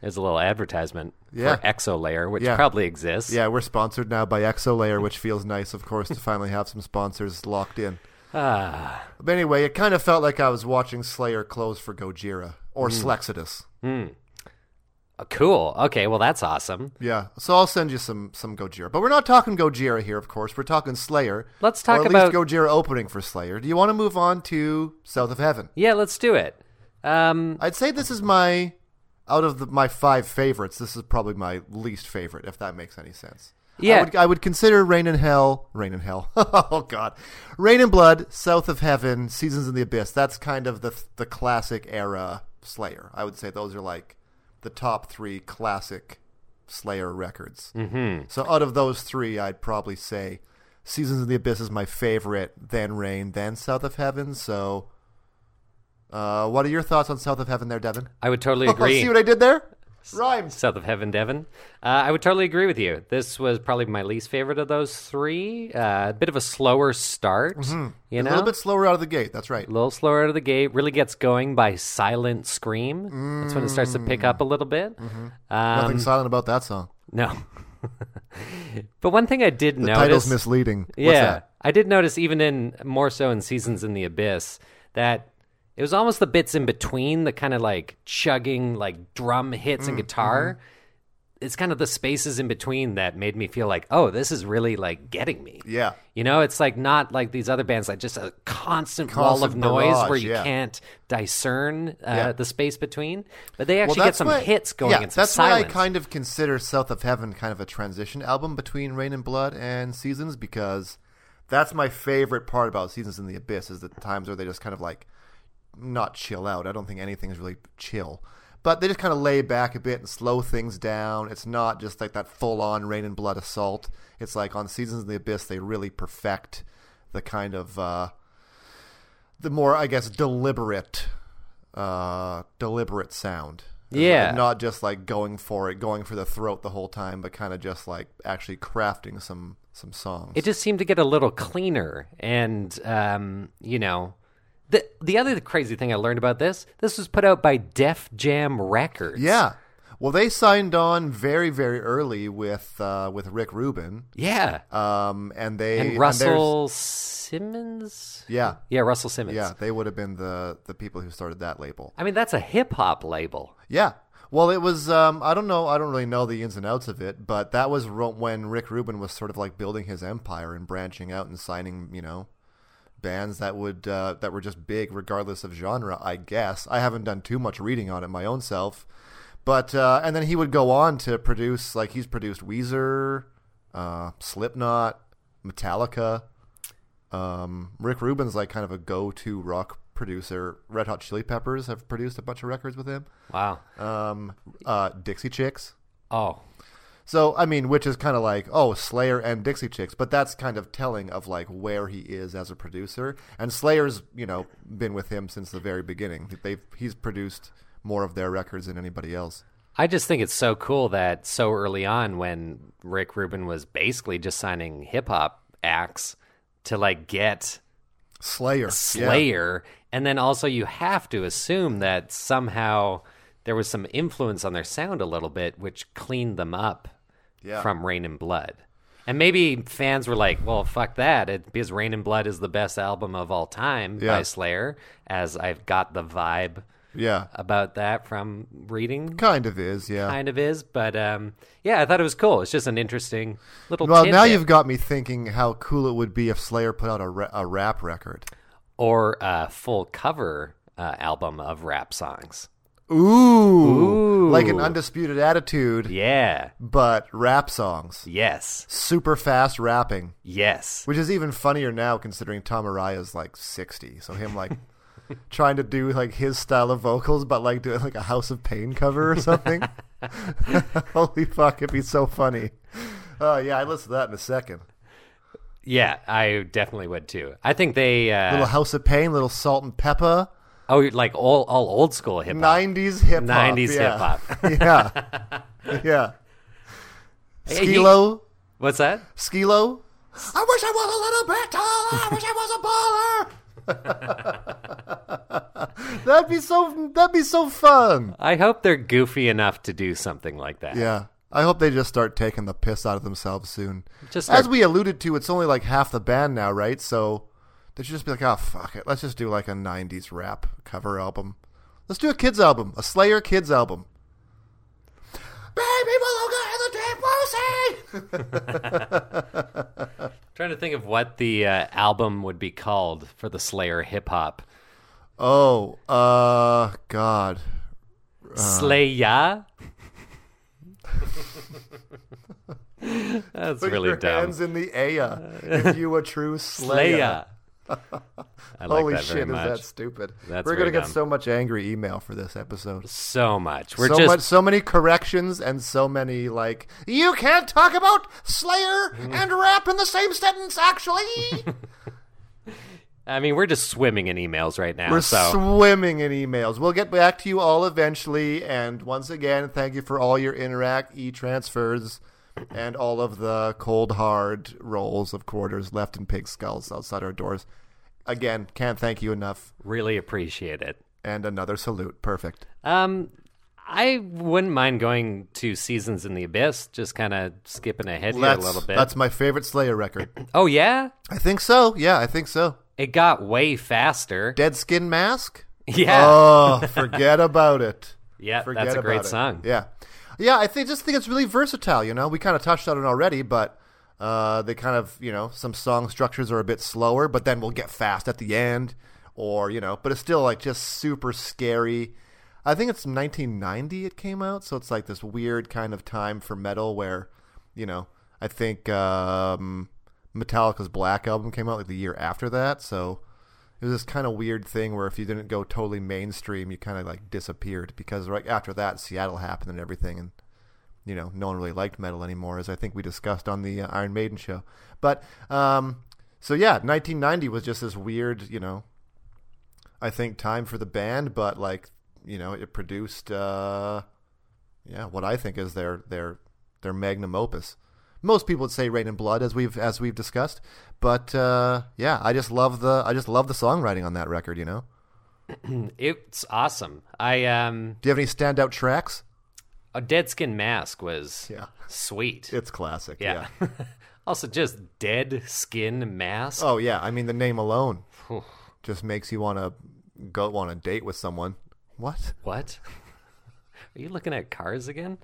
Speaker 3: There's a little advertisement
Speaker 2: Yeah.
Speaker 3: for Exo Layer, which
Speaker 2: Yeah.
Speaker 3: probably exists.
Speaker 2: Yeah, we're sponsored now by Exolayer, which feels nice, of course, to finally have some sponsors locked in. Ah. But anyway, it kind of felt like I was watching Slayer close for Gojira or
Speaker 3: Mm.
Speaker 2: Slexodus.
Speaker 3: Uh, cool. Okay, well, that's awesome.
Speaker 2: Yeah, so I'll send you some some Gojira, but we're not talking Gojira here, of course. We're talking Slayer.
Speaker 3: Let's talk
Speaker 2: or at
Speaker 3: about-
Speaker 2: least Gojira opening for Slayer. Do you want to move on to South of Heaven?
Speaker 3: Yeah, let's do it. Um,
Speaker 2: I'd say this is my out of the, my five favorites. This is probably my least favorite, if that makes any sense. I
Speaker 3: Yeah.
Speaker 2: would, I would consider Rain in Hell, Rain in Hell. oh God, Rain in Blood, South of Heaven, Seasons in the Abyss. That's kind of the the classic era Slayer. I would say those are like the top three classic Slayer records. Mm-hmm. So out of those three, I'd probably say Seasons in the Abyss is my favorite, then Rain, then South of Heaven. So. Uh, what are your thoughts on South of Heaven there, Devin? Oh,
Speaker 3: I would totally agree.
Speaker 2: See what I did there? Rhymes.
Speaker 3: South of Heaven, Devon. Uh, I would totally agree with you. This was probably my least favorite of those three. Uh, a bit of a slower start, you know,
Speaker 2: Mm-hmm. A little bit slower out of the gate. That's right.
Speaker 3: A little slower out of the gate. Really gets going by Silent Scream. That's when it starts to pick up a little bit.
Speaker 2: Mm-hmm.
Speaker 3: Um,
Speaker 2: Nothing silent about that song.
Speaker 3: no. but one thing I did
Speaker 2: The
Speaker 3: notice
Speaker 2: title's misleading. What's
Speaker 3: yeah,
Speaker 2: that?
Speaker 3: I did notice even in more so in Seasons in the Abyss that it was almost the bits in between the kind of like chugging like drum hits
Speaker 2: Mm,
Speaker 3: and guitar.
Speaker 2: mm-hmm.
Speaker 3: It's kind of the spaces in between that made me feel like, oh, this is really like getting me.
Speaker 2: Yeah.
Speaker 3: You know, it's like not like these other bands, like just a constant, wall of
Speaker 2: Constant
Speaker 3: noise where
Speaker 2: barrage,
Speaker 3: you
Speaker 2: yeah.
Speaker 3: can't discern uh,
Speaker 2: Yeah.
Speaker 3: the space between. But they actually get some
Speaker 2: why-
Speaker 3: hits going.
Speaker 2: Yeah,
Speaker 3: and some
Speaker 2: that's why I
Speaker 3: silence.
Speaker 2: kind of consider South of Heaven kind of a transition album between Rain and Blood and Seasons because that's my favorite part about Seasons in the Abyss is the times where they just kind of like not chill out. I don't think anything's really chill, but they just kind of lay back a bit and slow things down. It's not just like that full on Rain and Blood assault. It's like on Seasons in the Abyss they really perfect the kind of uh, the more I guess deliberate uh deliberate sound.
Speaker 3: Yeah.
Speaker 2: Not just like going for it, going for the throat the whole time, but kind of just like actually crafting some some songs.
Speaker 3: it just seemed to get a little cleaner and um, you know the the other crazy thing i learned about this this was put out by def jam records
Speaker 2: yeah. Well, they signed on very very early with uh with Rick Rubin.
Speaker 3: yeah
Speaker 2: Um and they
Speaker 3: and
Speaker 2: there's-
Speaker 3: russell simmons
Speaker 2: Yeah.
Speaker 3: yeah russell simmons
Speaker 2: Yeah, they would have been the the people who started that label.
Speaker 3: i mean that's a hip-hop label
Speaker 2: Yeah. Well, it was. Um, I don't know. I don't really know the ins and outs of it, but that was ro- when Rick Rubin was sort of like building his empire and branching out and signing, you know, bands that would uh, that were just big regardless of genre. I guess I haven't done too much reading on it my own self, but uh, and then he would go on to produce like he's produced Weezer, uh, Slipknot, Metallica. Um, Rick Rubin's like kind of a go-to rock producer. Red Hot Chili Peppers have produced a bunch of records with him
Speaker 3: wow
Speaker 2: um, uh, Dixie Chicks.
Speaker 3: oh
Speaker 2: So I mean, which is kind of like oh Slayer and Dixie Chicks, but that's kind of telling of like where he is as a producer. And Slayer's you know been with him since the very beginning. They've he's produced more of their records than anybody else.
Speaker 3: I just think it's so cool that so early on, when Rick Rubin was basically just signing hip hop acts to like get
Speaker 2: Slayer, yeah.
Speaker 3: Slayer, and then also you have to assume that somehow there was some influence on their sound a little bit, which cleaned them up
Speaker 2: Yeah.
Speaker 3: from Rain and Blood. And maybe fans were like, "Well, fuck that," it, because Rain and Blood is the best album of all time
Speaker 2: Yeah.
Speaker 3: by Slayer, as I've got the vibe
Speaker 2: yeah,
Speaker 3: about that from reading.
Speaker 2: kind of is, yeah.
Speaker 3: Kind of is, but um, yeah, I thought it was cool. It's just an interesting little.
Speaker 2: well, now
Speaker 3: tidbit.
Speaker 2: you've got me thinking how cool it would be if Slayer put out a, ra- a rap record.
Speaker 3: or a full cover uh, album of rap songs.
Speaker 2: Ooh,
Speaker 3: Ooh.
Speaker 2: like an undisputed attitude,
Speaker 3: Yeah.
Speaker 2: but rap songs,
Speaker 3: Yes.
Speaker 2: super fast rapping.
Speaker 3: Yes.
Speaker 2: which is even funnier now considering Tom Araya's like 60 so him like trying to do like his style of vocals but like doing like a House of Pain cover or something holy fuck it'd be so funny oh yeah I'd listen to that in a second
Speaker 3: Yeah, I definitely would too. I think they uh,
Speaker 2: little House of Pain little Salt and Pepper
Speaker 3: oh, like all all old school hip hop.
Speaker 2: 90s hip hop
Speaker 3: 90s
Speaker 2: yeah.
Speaker 3: hip hop.
Speaker 2: yeah yeah
Speaker 3: Hey, he-
Speaker 2: Skilo
Speaker 3: What's that?
Speaker 2: Skilo I wish I was a little bit taller I wish I was a baller That'd be so. That'd be so fun.
Speaker 3: I hope they're goofy enough to do something like that.
Speaker 2: Yeah. I hope they just start taking the piss out of themselves soon.
Speaker 3: Just
Speaker 2: As
Speaker 3: start-
Speaker 2: we alluded to, it's only like half the band now, right? So they should just be like, oh, fuck it. Let's just do like a 90s rap cover album. Let's do a kids album, a Slayer kids album. Baby Beluga and the Deep Pussy!
Speaker 3: Trying to think of what the uh, album would be called for the Slayer hip hop.
Speaker 2: Uh-huh. oh, uh, God.
Speaker 3: Slayer. That's
Speaker 2: Put
Speaker 3: really
Speaker 2: your
Speaker 3: dumb.
Speaker 2: hands in the Aya if you a true Slayer.
Speaker 3: Slayer. I like
Speaker 2: Holy
Speaker 3: that very
Speaker 2: shit, is
Speaker 3: much.
Speaker 2: that stupid?
Speaker 3: That's
Speaker 2: We're gonna
Speaker 3: very
Speaker 2: get
Speaker 3: dumb.
Speaker 2: so much angry email for this episode.
Speaker 3: So much. We're
Speaker 2: so
Speaker 3: just
Speaker 2: much, so many corrections and so many like you can't talk about Slayer and rap in the same sentence. Actually,
Speaker 3: I mean, we're just swimming in emails right now.
Speaker 2: We're
Speaker 3: so
Speaker 2: swimming in emails. We'll get back to you all eventually. And once again, thank you for all your Interact e transfers and all of the cold hard rolls of quarters left in pig skulls outside our doors. Again, can't thank you enough.
Speaker 3: really appreciate it.
Speaker 2: And another salute. Perfect.
Speaker 3: Um, I wouldn't mind going to Seasons in the Abyss, just kind of skipping ahead here a
Speaker 2: That's,
Speaker 3: little bit.
Speaker 2: that's my favorite Slayer record.
Speaker 3: Oh, yeah?
Speaker 2: I think so. Yeah, I think so.
Speaker 3: It got way faster.
Speaker 2: Dead Skin Mask?
Speaker 3: yeah.
Speaker 2: Oh, forget about it.
Speaker 3: yeah,
Speaker 2: Forget
Speaker 3: that's a great
Speaker 2: about it.
Speaker 3: song.
Speaker 2: Yeah, yeah. I think just think it's really versatile. You know, we kind of touched on it already, but uh, they kind of you know some song structures are a bit slower, but then we'll get fast at the end, or you know, but it's still like just super scary. I think it's 1990 it came out, so it's like this weird kind of time for metal where, you know, I think um, Metallica's Black album came out like the year after that, so it was this kind of weird thing where if you didn't go totally mainstream, you kind of like disappeared because right after that, Seattle happened and everything, and you know, no one really liked metal anymore, as I think we discussed on the uh, Iron Maiden show. But um, so yeah, 1990 was just this weird, you know, I think time for the band, but like you know, it produced uh, yeah, what I think is their their their magnum opus. Most people would say Rain and Blood, as we've as we've discussed, but uh, yeah, I just love the I just love the songwriting on that record. You know,
Speaker 3: It's awesome. I um
Speaker 2: do you have any standout tracks?
Speaker 3: a dead skin mask was
Speaker 2: Yeah.
Speaker 3: sweet.
Speaker 2: It's classic.
Speaker 3: yeah. also just dead skin mask.
Speaker 2: Oh yeah, I mean the name alone just makes you want to go on a date with someone. What?
Speaker 3: What? Are you looking at cars again?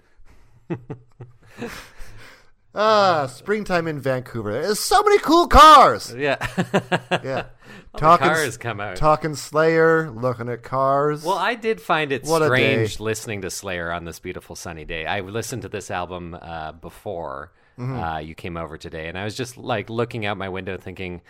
Speaker 2: Ah, springtime in Vancouver. There's so many cool cars.
Speaker 3: Yeah.
Speaker 2: Yeah,
Speaker 3: cars come out.
Speaker 2: Talking Slayer, looking at cars.
Speaker 3: Well, I did find it
Speaker 2: What a
Speaker 3: strange
Speaker 2: day.
Speaker 3: listening to Slayer on this beautiful sunny day. I listened to this album uh, before
Speaker 2: Mm-hmm.
Speaker 3: uh, you came over today, and I was just like looking out my window thinking,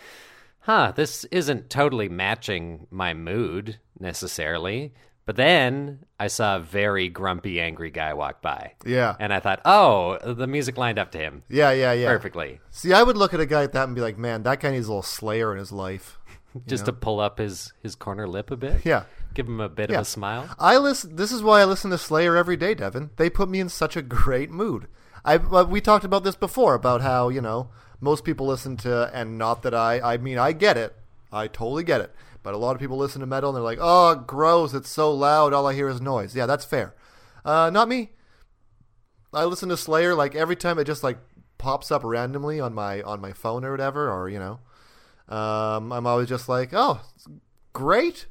Speaker 3: huh, this isn't totally matching my mood necessarily. But then I saw a very grumpy, angry guy walk by.
Speaker 2: Yeah.
Speaker 3: And I thought, oh, the music lined up to him
Speaker 2: yeah, yeah, yeah.
Speaker 3: perfectly.
Speaker 2: See, I would look at a guy like that and be like, man, that guy needs a little Slayer in his life.
Speaker 3: Just to pull up his, his corner lip a bit.
Speaker 2: Yeah.
Speaker 3: Give him a bit
Speaker 2: Yeah.
Speaker 3: of a smile.
Speaker 2: I listen. This is why I listen to Slayer every day, Devin. They put me in such a great mood. I uh, we talked about this before about how you know most people listen to, and not that I. I mean, I get it. I totally get it. But a lot of people listen to metal and they're like, "Oh, gross! It's so loud. All I hear is noise." Yeah, that's fair. Uh, not me. I listen to Slayer like every time it just like pops up randomly on my on my phone or whatever, or you know, um, I'm always just like, "Oh, great."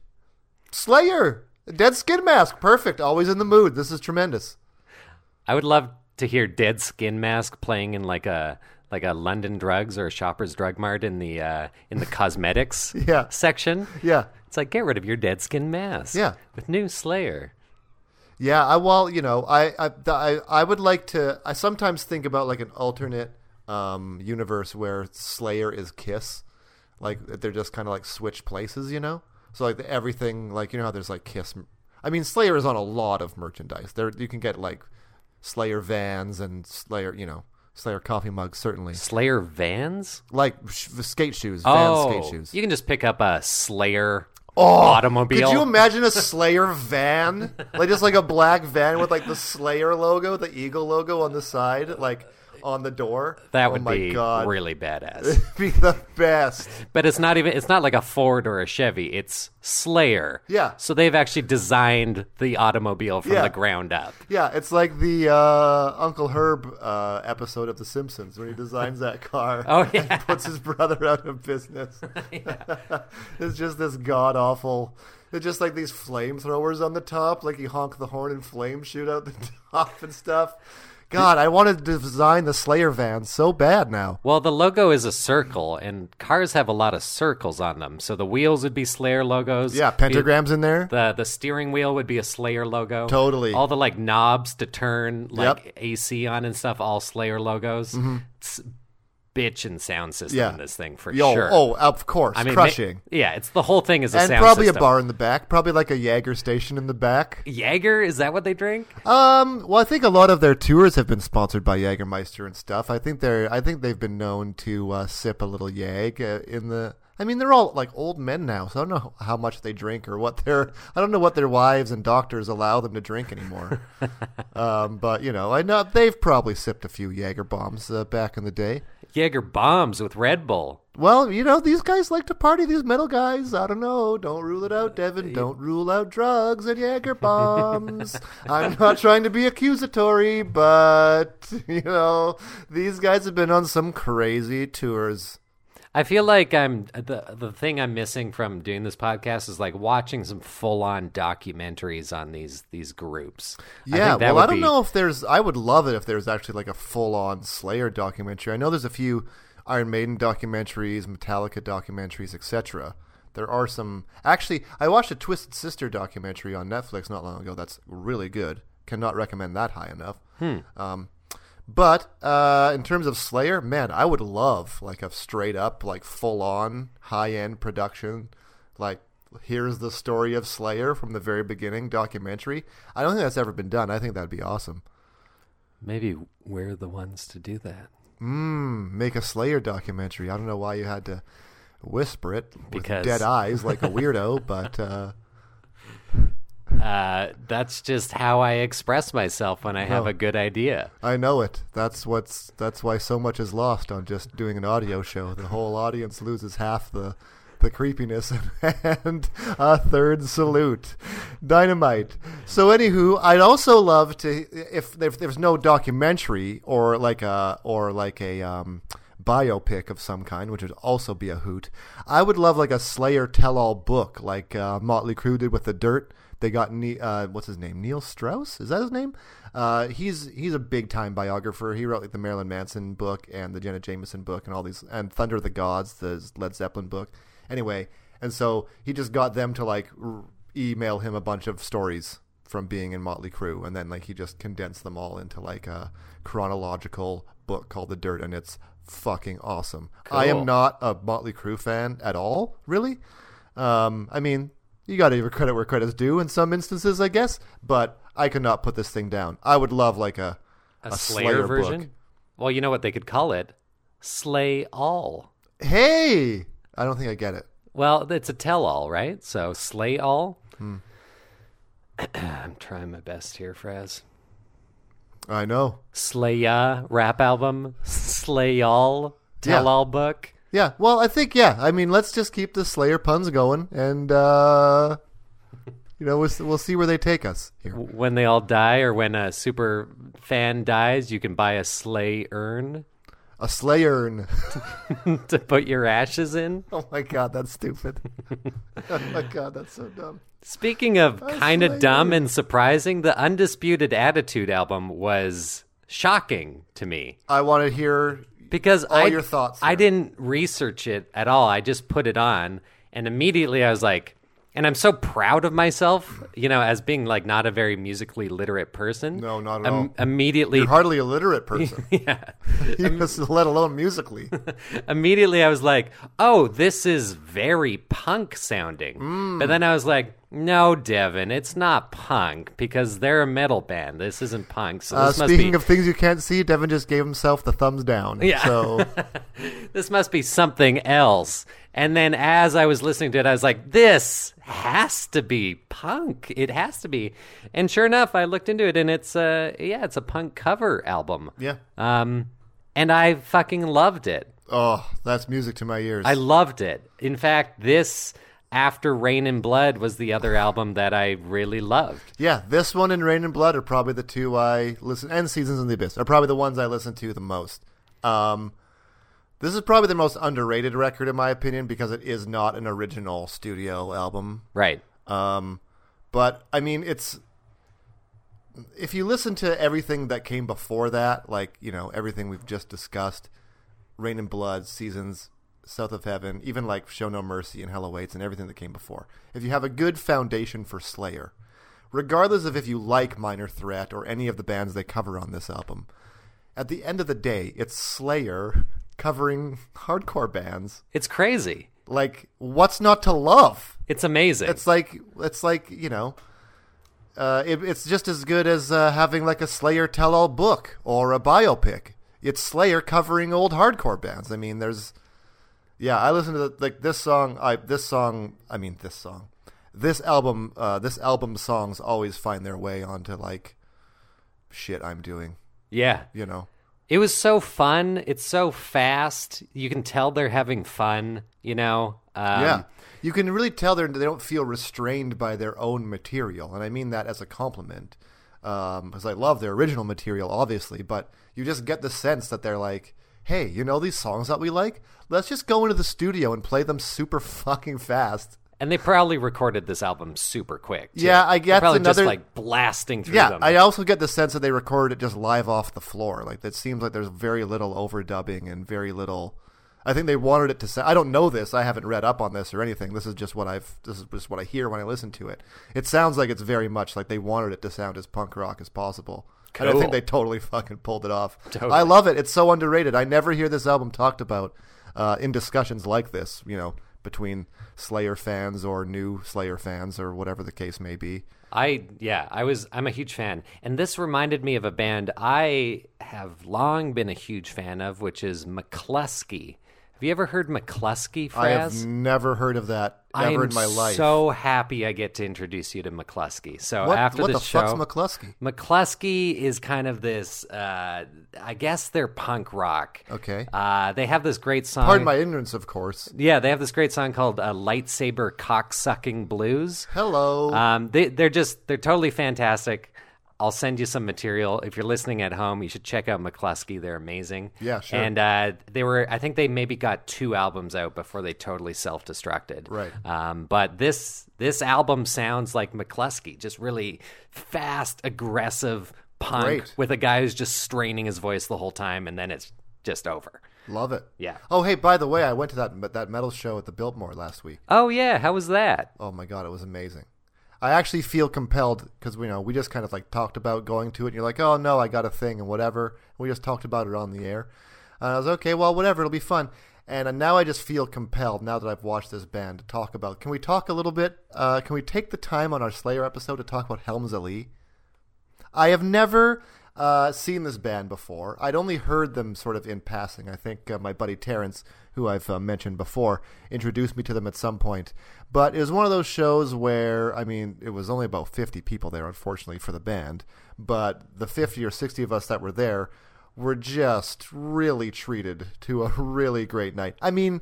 Speaker 2: Slayer, Dead Skin Mask, perfect. Always in the mood. This is tremendous.
Speaker 3: I would love to hear Dead Skin Mask playing in like a like a London Drugs or a Shoppers Drug Mart in the uh, in the cosmetics
Speaker 2: Yeah.
Speaker 3: section.
Speaker 2: Yeah,
Speaker 3: It's like get rid of your dead skin mask.
Speaker 2: Yeah.
Speaker 3: with new Slayer.
Speaker 2: yeah. I well, you know, I I the- I, I would like to. I sometimes think about like an alternate um, universe where Slayer is Kiss, like they're just kind of like switch places, you know. So like the, everything, like you know how there's like Kiss. I mean, Slayer is on a lot of merchandise. There you can get like Slayer vans and Slayer, you know, Slayer coffee mugs certainly.
Speaker 3: Slayer Vans. Oh,
Speaker 2: Like sh- skate shoes, van skate shoes.
Speaker 3: you can just pick up a Slayer
Speaker 2: Oh,
Speaker 3: automobile.
Speaker 2: Could you imagine a Slayer van? Like just like a black van with like the Slayer logo, the eagle logo on the side, like on the door.
Speaker 3: that
Speaker 2: oh
Speaker 3: would
Speaker 2: my
Speaker 3: be
Speaker 2: God.
Speaker 3: really badass.
Speaker 2: be the best.
Speaker 3: But it's not even it's not like a Ford or a Chevy, it's Slayer.
Speaker 2: Yeah.
Speaker 3: So they've actually designed the automobile from
Speaker 2: Yeah.
Speaker 3: the ground up.
Speaker 2: Yeah, it's like the uh, Uncle Herb uh, episode of The Simpsons when he designs that car.
Speaker 3: Oh, yeah.
Speaker 2: and puts his brother out of business. it's just this god awful. It's just like these flamethrowers on the top. Like you honk the horn and flames shoot out the top and stuff. God, I wanted to design the Slayer van so bad now.
Speaker 3: Well, the logo is a circle, and cars have a lot of circles on them. So the wheels would be Slayer logos.
Speaker 2: Yeah, pentagrams in there.
Speaker 3: The the steering wheel would be a Slayer logo.
Speaker 2: Totally.
Speaker 3: All the like knobs to turn like AC on and stuff, all Slayer logos. It's bitchin' sound system
Speaker 2: Mm-hmm. Yeah.
Speaker 3: in this thing for
Speaker 2: Yo,
Speaker 3: sure.
Speaker 2: oh, of course,
Speaker 3: I mean, ma-
Speaker 2: crushing.
Speaker 3: yeah, it's the whole thing is a
Speaker 2: and
Speaker 3: sound
Speaker 2: probably
Speaker 3: system.
Speaker 2: a bar in the back. Probably like a Jaeger station in the back.
Speaker 3: Jaeger, is that what they drink?
Speaker 2: Um, well, I think a lot of their tours have been sponsored by Jägermeister and stuff. I think they're, I think they've been known to uh, sip a little Jag uh, in the. I I mean, they're all like old men now, so I don't know how much they drink or what their I don't know what their wives and doctors allow them to drink anymore. um, but you know, I know they've probably sipped a few Jaeger bombs uh, back in the day.
Speaker 3: Jaeger bombs with Red Bull.
Speaker 2: Well, you know, these guys like to party. These metal guys. I don't know. Don't rule it out, Devin. Don't rule out drugs and Jaeger bombs. I'm not trying to be accusatory, but you know, these guys have been on some crazy tours.
Speaker 3: I feel like I'm the the thing I'm missing from doing this podcast is like watching some full on documentaries on these these groups.
Speaker 2: Yeah,
Speaker 3: think that
Speaker 2: well,
Speaker 3: would
Speaker 2: I don't
Speaker 3: be-
Speaker 2: know if there's. I would love it if there's actually like a full on Slayer documentary. I know there's a few Iron Maiden documentaries, Metallica documentaries, etc. There are some. Actually, I watched a Twisted Sister documentary on Netflix not long ago. That's really good. Cannot recommend that high enough.
Speaker 3: Hmm.
Speaker 2: Um, but uh, in terms of Slayer, man, I would love like a straight up, like full on high end production. Like, here's the story of Slayer from the very beginning documentary. I don't think that's ever been done. I think that'd be awesome.
Speaker 3: Maybe we're the ones to do that
Speaker 2: Mm, make a Slayer documentary. I don't know why you had to whisper it with
Speaker 3: Because-
Speaker 2: dead eyes like a weirdo, but uh,
Speaker 3: Uh, that's just how I express myself when I have
Speaker 2: No.
Speaker 3: a good idea.
Speaker 2: I know it. That's what's. That's why so much is lost on just doing an audio show. The whole audience loses half the the creepiness and, a third salute, dynamite. So anywho, I'd also love to if, if there's no documentary or like a or like a um, biopic of some kind, which would also be a hoot. I would love like a Slayer tell-all book, like uh, Motley Crue did with the Dirt. They got ne- uh, what's his name? Neil Strauss is that his name? Uh, he's he's a big time biographer. He wrote like the Marilyn Manson book and the Janet Jameson book and all these and Thunder of the Gods, the Led Zeppelin book. Anyway, and so he just got them to like r- email him a bunch of stories from being in Motley Crue, and then like he just condensed them all into like a chronological book called The Dirt, and it's fucking awesome. I am
Speaker 3: Cool.
Speaker 2: not a Motley Crue fan at all, really. Um, I mean, you got to give credit where credit's due in some instances, I guess. But I could not put this thing down. I would love like a
Speaker 3: A,
Speaker 2: Slayer,
Speaker 3: Slayer,
Speaker 2: book.
Speaker 3: version? Well, you know what they could call it? Slay All.
Speaker 2: Hey, I don't think I get it.
Speaker 3: Well, it's a tell all, right? So Slay All.
Speaker 2: Hmm.
Speaker 3: I'm trying my best here, Fraz.
Speaker 2: I know.
Speaker 3: Slaya rap album, Slay All, tell all book.
Speaker 2: Yeah. Well, I think yeah. I mean, let's just keep the Slayer puns going, and uh, you know, we'll, we'll see where they take us here.
Speaker 3: W- When they all die, or when a super fan dies, you can buy a Slay urn
Speaker 2: A Slayer.
Speaker 3: to put your ashes in.
Speaker 2: Oh my god, that's stupid. oh my god, that's so dumb.
Speaker 3: Speaking of kind
Speaker 2: Slayer.
Speaker 3: of dumb and surprising, the Undisputed Attitude album was shocking to me
Speaker 2: I want to hear.
Speaker 3: because
Speaker 2: All
Speaker 3: I
Speaker 2: your thoughts,
Speaker 3: I
Speaker 2: sir.
Speaker 3: didn't research it at all. I just put it on and immediately I was like and I'm so proud of myself, you know, as being like not a very musically literate person.
Speaker 2: No, not at all.
Speaker 3: Immediately
Speaker 2: You're hardly a literate person. yeah. let alone musically.
Speaker 3: immediately I was like, "Oh, this is very punk sounding."
Speaker 2: Mm.
Speaker 3: But then I was like, "No, Devin, it's not punk because they're a metal band. This isn't punk. So
Speaker 2: Uh,
Speaker 3: this must
Speaker 2: speaking
Speaker 3: be
Speaker 2: of things you can't see, Devin just gave himself the thumbs down.
Speaker 3: Yeah.
Speaker 2: So
Speaker 3: this must be something else." And then as I was listening to it, I was like, "This has to be punk. It has to be." And sure enough, I looked into it and it's uh yeah, it's a punk cover album.
Speaker 2: yeah.
Speaker 3: Um and I fucking loved it.
Speaker 2: Oh, that's music to my ears.
Speaker 3: I loved it. In fact, this after Rain and Blood was the other album that I really loved.
Speaker 2: yeah, this one and Rain and Blood are probably the two I listen and Seasons in the Abyss are probably the ones I listen to the most. Um this is probably the most underrated record in my opinion because it is not an original studio album.
Speaker 3: Right.
Speaker 2: Um, but I mean, it's if you listen to everything that came before that, like you know everything we've just discussed, Rain and Blood, Seasons, South of Heaven, even like Show No Mercy and Hell Awaits, and everything that came before. If you have a good foundation for Slayer, regardless of if you like Minor Threat or any of the bands they cover on this album, at the end of the day, it's Slayer covering hardcore bands.
Speaker 3: It's crazy.
Speaker 2: Like, what's not to love?
Speaker 3: It's amazing.
Speaker 2: It's like it's like you know, uh, it, it's just as good as uh, having like a Slayer tell-all book or a biopic. It's Slayer covering old hardcore bands. I mean, there's Yeah, I listened to the, like this song. I this song. I mean this song. This album. Uh, this album songs always find their way onto like shit I'm doing.
Speaker 3: Yeah.
Speaker 2: You know.
Speaker 3: It was so fun. It's so fast. You can tell they're having fun, you know? Um,
Speaker 2: yeah. You can really tell they're, they don't feel restrained by their own material. And I mean that as a compliment. Because I love their original material, obviously. But you just get the sense that they're like, hey, you know these songs that we like? Let's just go into the studio and play them super fucking fast.
Speaker 3: And they probably recorded this album super quick. too.
Speaker 2: Yeah, I
Speaker 3: They're
Speaker 2: guess
Speaker 3: probably
Speaker 2: another-
Speaker 3: just like blasting through
Speaker 2: Yeah,
Speaker 3: them.
Speaker 2: I uh, also get the sense that they recorded it just live off the floor. Like it seems like there's very little overdubbing and very little. I think they wanted it to sound. I don't know this. I haven't read up on this or anything. This is just what I've. This is just what I hear when I listen to it. It sounds like it's very much like they wanted it to sound as punk rock as possible. And I
Speaker 3: Cool.
Speaker 2: think they totally fucking pulled it off. I love it. It's so underrated. I never hear this album talked about uh, in discussions like this. You know, between Slayer fans or new Slayer fans or whatever the case may be.
Speaker 3: I yeah, I was I'm a huge fan. And this reminded me of a band I have long been a huge fan of, which is McCluskey. Have you ever heard McCluskey, Fraz?
Speaker 2: I have never heard of that
Speaker 3: I
Speaker 2: ever
Speaker 3: am
Speaker 2: in my life.
Speaker 3: So happy I get to introduce you to McCluskey. So
Speaker 2: what
Speaker 3: after
Speaker 2: what
Speaker 3: the,
Speaker 2: the
Speaker 3: show,
Speaker 2: fuck's McCluskey?
Speaker 3: McCluskey is kind of this. Uh, I guess they're punk rock.
Speaker 2: Okay.
Speaker 3: Uh, they have this great song.
Speaker 2: Pardon my ignorance, of course.
Speaker 3: Yeah, they have this great song called uh, "Lightsaber Cocksucking Blues."
Speaker 2: Hello.
Speaker 3: Um, they, they're just they're totally fantastic. I'll send you some material if you're listening at home. You should check out McCluskey; they're amazing.
Speaker 2: Yeah, sure.
Speaker 3: And uh, they were, I think they maybe got two albums out before they totally self-destructed.
Speaker 2: Right.
Speaker 3: Um, but this this album sounds like McCluskey, just really fast, aggressive punk
Speaker 2: Great.
Speaker 3: with a guy who's just straining his voice the whole time, and then it's just over.
Speaker 2: Love it.
Speaker 3: yeah.
Speaker 2: Oh, hey, by the way, I went to that that metal show at the Biltmore last week.
Speaker 3: Oh yeah, how was that?
Speaker 2: Oh my god, it was amazing. I actually feel compelled because you know we just kind of like talked about going to it. and You're like, oh no, I got a thing and whatever. We just talked about it on the air. And I was okay, well, whatever, it'll be fun. And uh, now I just feel compelled now that I've watched this band to talk about. Can we talk a little bit? Uh, can we take the time on our Slayer episode to talk about Helms Ali? I have never uh, seen this band before. I'd only heard them sort of in passing. I think uh, my buddy Terrence, who I've uh, mentioned before, introduced me to them at some point. But it was one of those shows where, I mean, it was only about 50 people there, unfortunately, for the band. But the 50 or 60 of us that were there were just really treated to a really great night. I mean,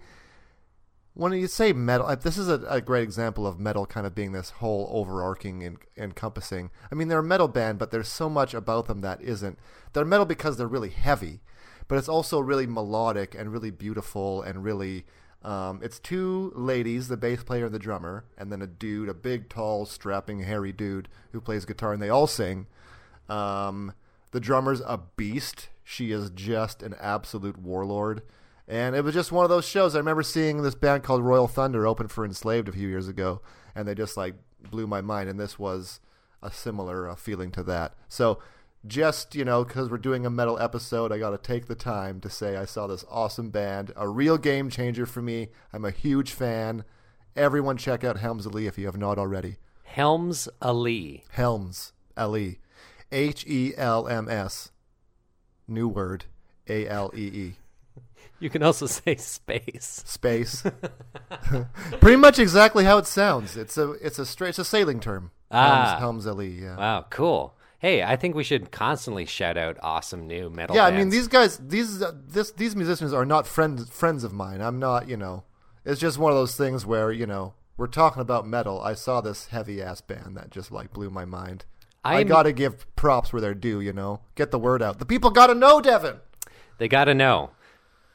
Speaker 2: when you say metal, uh, this is a, a great example of metal kind of being this whole overarching and encompassing. I mean, they're a metal band, but there's so much about them that isn't. They're metal because they're really heavy, but it's also really melodic and really beautiful and really. Um, it's two ladies, the bass player and the drummer, and then a dude, a big, tall, strapping, hairy dude who plays guitar, and they all sing. Um, the drummer's a beast. She is just an absolute warlord. And it was just one of those shows. I remember seeing this band called Royal Thunder open for Enslaved a few years ago, and they just like blew my mind. And this was a similar uh, feeling to that. So, just, you know, because we're doing a metal episode, I got to take the time to say I saw this awesome band, a real game changer for me. I'm a huge fan. Everyone, check out Helms Ali if you have not already.
Speaker 3: Helms Ali.
Speaker 2: Helms, L E. H E L M S. New word, A L E E.
Speaker 3: You can also say space.
Speaker 2: Space. Pretty much exactly how it sounds. It's a it's a straight it's a sailing term.
Speaker 3: Ah.
Speaker 2: Helms, Helms Ali, yeah.
Speaker 3: Wow, cool. Hey, I think we should constantly shout out awesome new metal.
Speaker 2: yeah, I mean
Speaker 3: bands.
Speaker 2: these guys these uh, this these musicians are not friends friends of mine. I'm not, you know. It's just one of those things where, you know, we're talking about metal. I saw this heavy ass band that just like blew my mind. I
Speaker 3: I'm-
Speaker 2: gotta give props where they're due, you know. Get the word out. The people gotta know Devin.
Speaker 3: they got to know,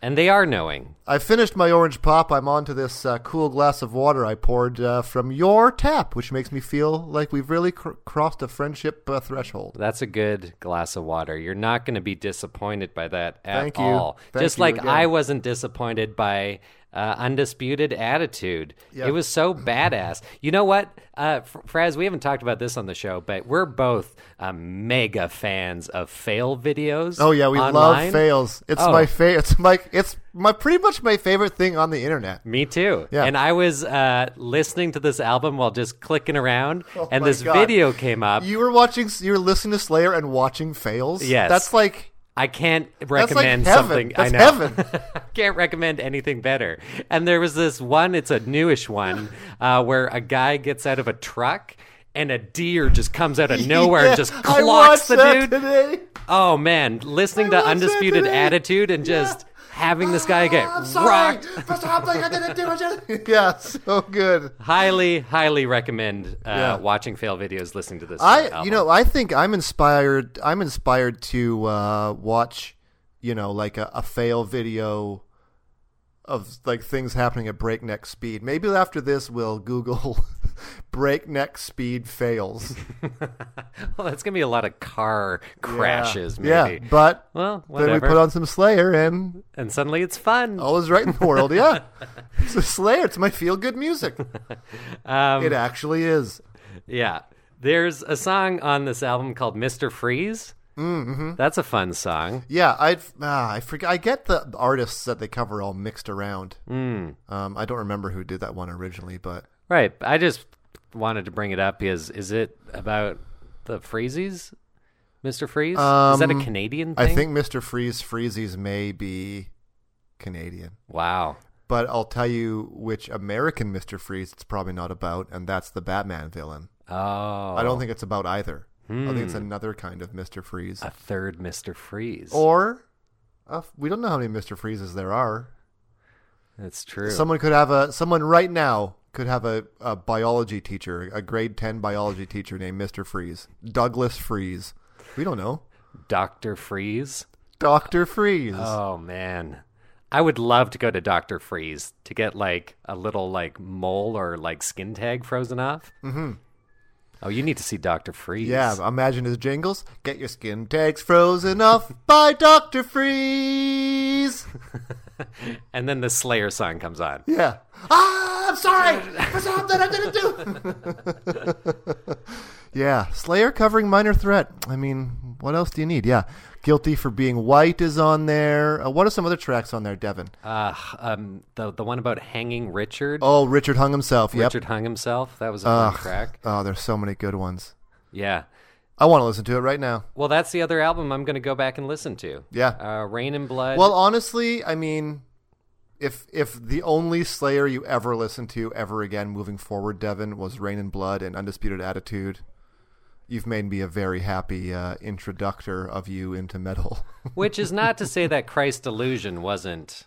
Speaker 3: and they are knowing.
Speaker 2: I finished my orange pop. I'm on to this uh, cool glass of water I poured uh, from your tap, which makes me feel like we've really cr- crossed a friendship uh, threshold.
Speaker 3: That's a good glass of water. You're not going to be disappointed by that at
Speaker 2: Thank you.
Speaker 3: all.
Speaker 2: Thank
Speaker 3: Just
Speaker 2: you
Speaker 3: like
Speaker 2: again.
Speaker 3: I wasn't disappointed by uh, undisputed attitude.
Speaker 2: Yeah.
Speaker 3: It was so badass. You know what, uh, F- Fraz? We haven't talked about this on the show, but we're both uh, mega fans of fail videos.
Speaker 2: Oh yeah, we
Speaker 3: online.
Speaker 2: love fails. It's
Speaker 3: Oh.
Speaker 2: my fa- It's my. It's my pretty much my favorite thing on the internet.
Speaker 3: Me too.
Speaker 2: Yeah.
Speaker 3: And I was uh, listening to this album while just clicking around,
Speaker 2: Oh
Speaker 3: and
Speaker 2: my
Speaker 3: this
Speaker 2: God.
Speaker 3: video came up.
Speaker 2: You were watching. You were listening to Slayer and watching fails.
Speaker 3: Yes.
Speaker 2: that's like
Speaker 3: I can't
Speaker 2: That's like
Speaker 3: recommend
Speaker 2: heaven.
Speaker 3: something.
Speaker 2: That's
Speaker 3: I know.
Speaker 2: heaven.
Speaker 3: Can't recommend anything better. And there was this one, it's a newish one, uh, where a guy gets out of a truck and a deer just comes out of nowhere
Speaker 2: Yeah,
Speaker 3: and just
Speaker 2: I
Speaker 3: clocks
Speaker 2: watched
Speaker 3: the
Speaker 2: that
Speaker 3: dude.
Speaker 2: Today.
Speaker 3: Oh man, listening
Speaker 2: I
Speaker 3: to
Speaker 2: watched that
Speaker 3: Undisputed
Speaker 2: today.
Speaker 3: Attitude and
Speaker 2: Yeah.
Speaker 3: just having this guy get
Speaker 2: Ah, I'm sorry
Speaker 3: rocked.
Speaker 2: for something I didn't do. I didn't- yeah, so good.
Speaker 3: Highly, highly recommend uh,
Speaker 2: Yeah.
Speaker 3: watching fail videos, listening to this.
Speaker 2: I,
Speaker 3: album.
Speaker 2: you know, I think I'm inspired. I'm inspired to uh, watch, you know, like a, a fail video of like things happening at breakneck speed. Maybe after this, we'll Google breakneck speed fails.
Speaker 3: well, that's gonna be a lot of car crashes, maybe.
Speaker 2: Yeah, but
Speaker 3: Well,
Speaker 2: then we
Speaker 3: whatever.
Speaker 2: put Oh. on some Slayer, and
Speaker 3: and suddenly it's fun.
Speaker 2: all is right in the world. Yeah, it's a Slayer. It's my feel good music.
Speaker 3: Um,
Speaker 2: It actually is.
Speaker 3: Yeah. There's a song on this album called Mr. Freeze. Mm-hmm. That's a fun song.
Speaker 2: Yeah, I ah, I forget. I get the artists that they cover all mixed around. Um, I don't remember who did that one originally, but
Speaker 3: Right. I just wanted to bring it up because is it about the Freezies? Mr. Freeze? is that a
Speaker 2: Um,
Speaker 3: Canadian thing?
Speaker 2: I think Mister Freeze Freezies may be Canadian.
Speaker 3: Wow.
Speaker 2: But I'll tell you which American Mister Freeze it's probably not about, and that's the Batman villain.
Speaker 3: Oh.
Speaker 2: I don't think it's about either. I think it's another kind of Mister Freeze,
Speaker 3: A third Mr. Freeze.
Speaker 2: or uh, we don't know how many Mister Freezes there are.
Speaker 3: That's true.
Speaker 2: Someone could have a someone right now could have a, a biology teacher, a grade ten biology teacher named Mr. Freeze, Douglas Freeze. We don't know,
Speaker 3: Dr. Freeze.
Speaker 2: Doctor Freeze.
Speaker 3: Oh, man. I would love to go to Dr. Freeze to get like a little like mole or like skin tag frozen off. Mm-hmm. Oh, you need to see Dr. Freeze.
Speaker 2: yeah, imagine his jingles. Get your skin tags frozen off by Doctor Freeze.
Speaker 3: And then the Slayer song comes on.
Speaker 2: Yeah. Ah, I'm sorry for something I didn't do. yeah, Slayer covering minor threat. I mean, what else do you need? Yeah, guilty for being white is on there. Uh, what are some other tracks on there, Devin?
Speaker 3: Uh, um, the the one about hanging Richard.
Speaker 2: Oh, Richard hung himself. Yep.
Speaker 3: Richard hung himself. That was a fun track.
Speaker 2: Oh, there's so many good ones.
Speaker 3: Yeah.
Speaker 2: I want to listen to it right now.
Speaker 3: Well, that's the other album I'm going to go back and listen to.
Speaker 2: Yeah.
Speaker 3: Uh, Rain and Blood.
Speaker 2: Well, honestly, I mean, if if the only Slayer you ever listened to ever again moving forward, Devin, was Rain and Blood and Undisputed Attitude, you've made me a very happy uh, introductor of you into metal.
Speaker 3: which is not to say that Christ Delusion wasn't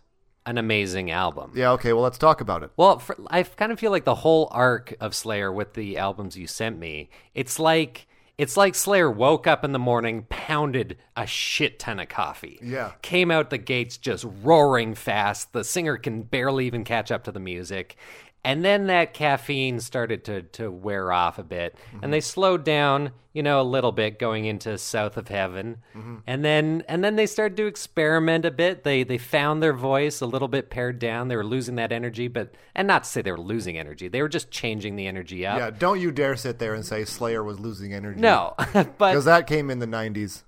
Speaker 3: an amazing album.
Speaker 2: yeah. Okay. Well, let's talk about it.
Speaker 3: Well, for, I kind of feel like the whole arc of Slayer with the albums you sent me, it's like it's like Slayer woke up in the morning, pounded a shit ton of coffee.
Speaker 2: Yeah.
Speaker 3: Came out the gates just roaring fast. The singer can barely even catch up to the music. And then that caffeine started to to wear off a bit. And they slowed down, you know, a little bit going into South of Heaven. And then and then they started to experiment a bit. They they found their voice a little bit pared down. They were losing that energy, but and not to say they were losing energy. They were just changing the energy up.
Speaker 2: Yeah. Don't you dare sit there and say Slayer was losing energy.
Speaker 3: No. but
Speaker 2: Because that came in the '90s.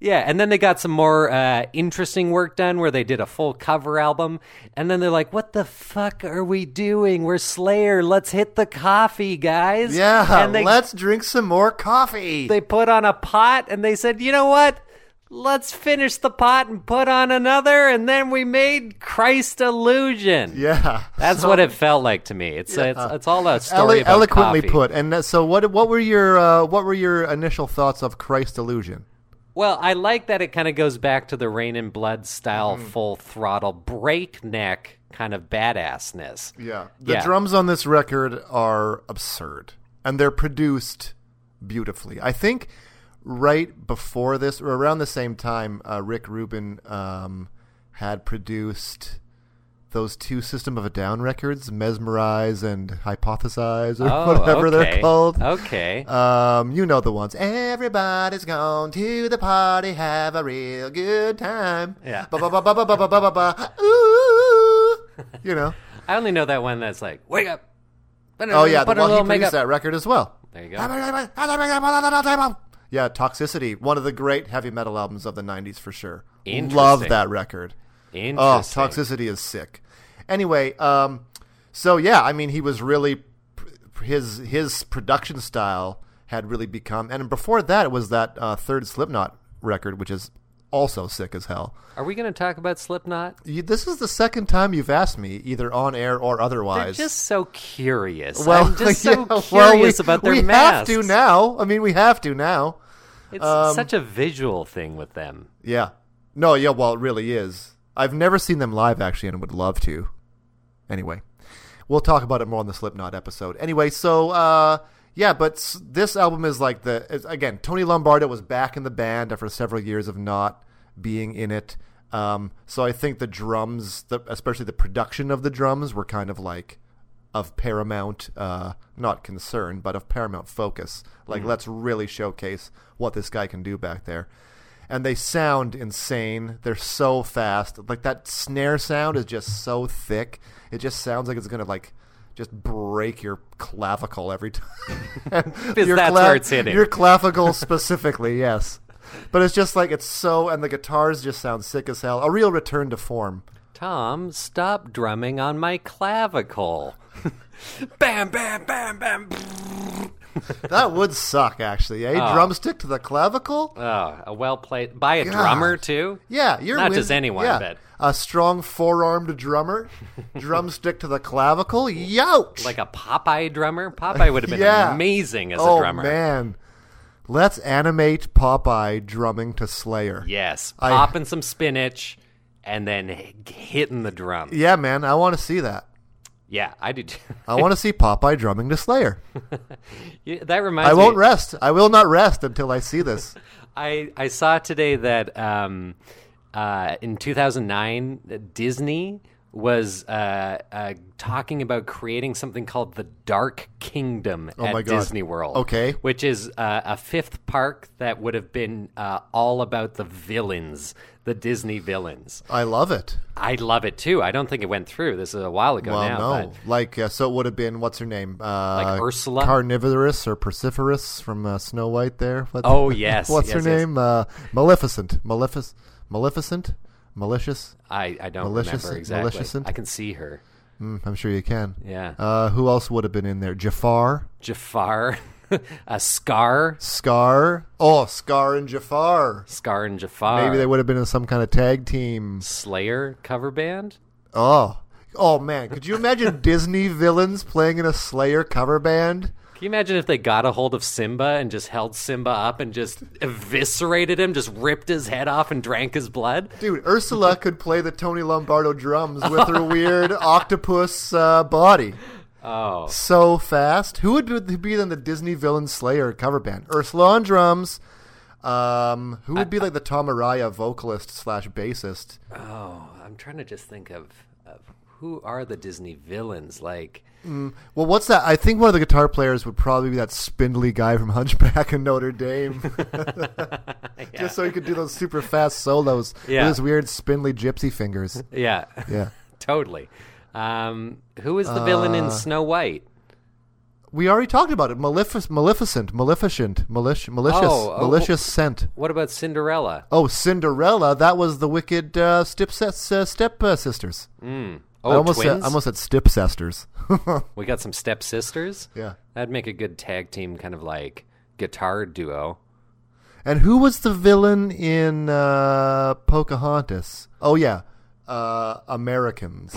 Speaker 3: Yeah, and then they got some more uh, interesting work done where they did a full cover album. And then they're like, what the fuck are we doing? We're Slayer. Let's hit the coffee, guys.
Speaker 2: Yeah.
Speaker 3: And they,
Speaker 2: let's drink some more coffee.
Speaker 3: they put on a pot and they said, you know what? Let's finish the pot and put on another. And then we made Christ Illusion.
Speaker 2: yeah.
Speaker 3: That's what it felt like to me. It's, it's, it's all a story
Speaker 2: Elo-
Speaker 3: about
Speaker 2: eloquently
Speaker 3: coffee.
Speaker 2: put. And that, so, what what were your uh, what were your initial thoughts of Christ Illusion?
Speaker 3: Well, I like that it kind of goes back to the Rain and Blood style,
Speaker 2: Mm-hmm.
Speaker 3: full throttle, breakneck kind of badassness.
Speaker 2: Yeah, the
Speaker 3: Yeah.
Speaker 2: drums on this record are absurd, and they're produced beautifully. I think right before this, or around the same time, uh, Rick Rubin um, had produced those two System of a Down records, "Mesmerize" and "Hypothesize," or
Speaker 3: Oh,
Speaker 2: whatever
Speaker 3: okay.
Speaker 2: they're called.
Speaker 3: Okay.
Speaker 2: Um, you know the ones. Everybody's gone to the party, have a real good time.
Speaker 3: Yeah.
Speaker 2: Ba ba ba ba ba ba ba ba ba ba. Ooh. You know.
Speaker 3: I only know that one that's like, wake up. Put
Speaker 2: Oh yeah, the
Speaker 3: put a
Speaker 2: one he
Speaker 3: little
Speaker 2: produced
Speaker 3: makeup.
Speaker 2: that record as well.
Speaker 3: There you go.
Speaker 2: go. Yeah, Toxicity, one of the great heavy metal albums of the '90s for sure. Love
Speaker 3: Interesting.
Speaker 2: that record. Oh,
Speaker 3: Interesting.
Speaker 2: toxicity is sick. Anyway, um, so yeah, I mean, he was really his his production style had really become, and before that, it was that uh, third Slipknot record, which is also sick as hell.
Speaker 3: Are we going to talk about Slipknot?
Speaker 2: You, this is the second time you've asked me, either on air or
Speaker 3: They're
Speaker 2: otherwise.
Speaker 3: just so curious.
Speaker 2: well,
Speaker 3: I'm just so
Speaker 2: yeah,
Speaker 3: curious
Speaker 2: well, we,
Speaker 3: about their
Speaker 2: we
Speaker 3: masks.
Speaker 2: have to now. Um, I mean, we have to now.
Speaker 3: It's such a visual thing with them.
Speaker 2: Yeah. No, yeah, well, it really is. I've never seen them live, actually, and would love to. Anyway, we'll talk about it more on the Slipknot episode. Anyway, so, uh, yeah, but s- this album is like the. Is, again, Tony Lombardo was back in the band after several years of not being in it. Um, so I think the drums, the, especially the production of the drums, were kind of like of paramount, uh, not concern, but of paramount focus. Like, let's really showcase what this guy can do back there and they sound insane. They're so fast. Like that snare sound is just so thick. It just sounds like it's gonna like just break your clavicle every time. your
Speaker 3: that's where it's hitting.
Speaker 2: Your clavicle specifically, yes. But it's just like it's so, and the guitars just sound sick as hell. A real return to form.
Speaker 3: Tom, stop drumming on my clavicle. bam, bam, bam, bam.
Speaker 2: That would suck, actually. A drumstick to the clavicle.
Speaker 3: Oh, a well played by a
Speaker 2: God.
Speaker 3: drummer too.
Speaker 2: Yeah, you're
Speaker 3: Not
Speaker 2: win-
Speaker 3: just anyone,
Speaker 2: Yeah,
Speaker 3: but-
Speaker 2: a strong four-armed drummer, drumstick to the clavicle. Youch!
Speaker 3: Like a Popeye drummer. Popeye would have been
Speaker 2: Yeah.
Speaker 3: amazing as
Speaker 2: oh,
Speaker 3: a drummer.
Speaker 2: man. Let's animate Popeye drumming to Slayer.
Speaker 3: Yes,
Speaker 2: I-
Speaker 3: popping some spinach and then h- hitting the drum. Yeah,
Speaker 2: Yeah, man, I want to see that.
Speaker 3: I do. too.
Speaker 2: I want to see Popeye drumming to Slayer.
Speaker 3: Yeah, that reminds
Speaker 2: I won't
Speaker 3: me.
Speaker 2: rest. I will not rest until I see this.
Speaker 3: I I saw today that um, uh, in 2009 Disney was uh, uh, talking about creating something called the Dark Kingdom at
Speaker 2: Oh my God.
Speaker 3: Disney World.
Speaker 2: Okay.
Speaker 3: which is uh, a fifth park that would have been uh, all about the villains, the Disney villains.
Speaker 2: I love it.
Speaker 3: I love it too. I don't think it went through. This is a while ago
Speaker 2: Well,
Speaker 3: now.
Speaker 2: no.
Speaker 3: but-
Speaker 2: Like, uh, so it would have been, what's her name? Uh,
Speaker 3: Like Ursula?
Speaker 2: Carnivorous or Perciferous from uh, Snow White there. What-
Speaker 3: Oh, yes,
Speaker 2: what's
Speaker 3: yes,
Speaker 2: her
Speaker 3: yes.
Speaker 2: name? Uh, Maleficent. Malefic- Maleficent? Malicious?
Speaker 3: I, I don't
Speaker 2: Malicious-
Speaker 3: remember exactly.
Speaker 2: maliciousent?
Speaker 3: I can see her.
Speaker 2: Mm, I'm sure you can.
Speaker 3: Yeah.
Speaker 2: Uh, who else would have been in there? Jafar?
Speaker 3: Jafar, a Scar,
Speaker 2: Scar. Oh, Scar and Jafar.
Speaker 3: Scar and Jafar.
Speaker 2: Maybe they would have been in some kind of tag team.
Speaker 3: Slayer cover band.
Speaker 2: Oh. Oh man, could you imagine Disney villains playing in a Slayer cover band?
Speaker 3: Can you imagine if they got a hold of Simba and just held Simba up and just eviscerated him, just ripped his head off and drank his blood?
Speaker 2: Dude, Ursula could play the Tony Lombardo drums with her weird octopus uh, body.
Speaker 3: Oh,
Speaker 2: So fast. Who would be in the Disney villain Slayer cover band? Ursula on drums. Um, who would be like the Tom Araya vocalist slash bassist?
Speaker 3: oh! I'm trying to just think of, of who are the Disney villains like.
Speaker 2: Well, what's that? I think one of the guitar players would probably be that spindly guy from Hunchback of Notre Dame. Just so he could do those super fast solos
Speaker 3: Yeah.
Speaker 2: with his weird spindly gypsy fingers.
Speaker 3: Yeah,
Speaker 2: Yeah.
Speaker 3: totally. Um, who is the villain
Speaker 2: Uh.
Speaker 3: in Snow White?
Speaker 2: We already talked about it. Malefic- Maleficent, Maleficent, Malish- Malicious,
Speaker 3: Oh, oh,
Speaker 2: Malicious Scent.
Speaker 3: What about Cinderella?
Speaker 2: Oh, Cinderella. That was the wicked uh, step, uh, step uh, sisters.
Speaker 3: Oh,
Speaker 2: I almost
Speaker 3: twins.
Speaker 2: Said, I almost said stepsisters.
Speaker 3: We got some stepsisters.
Speaker 2: yeah.
Speaker 3: That'd make a good tag team, kind of like guitar duo.
Speaker 2: And who was the villain in uh, Pocahontas? Oh yeah, uh, Americans.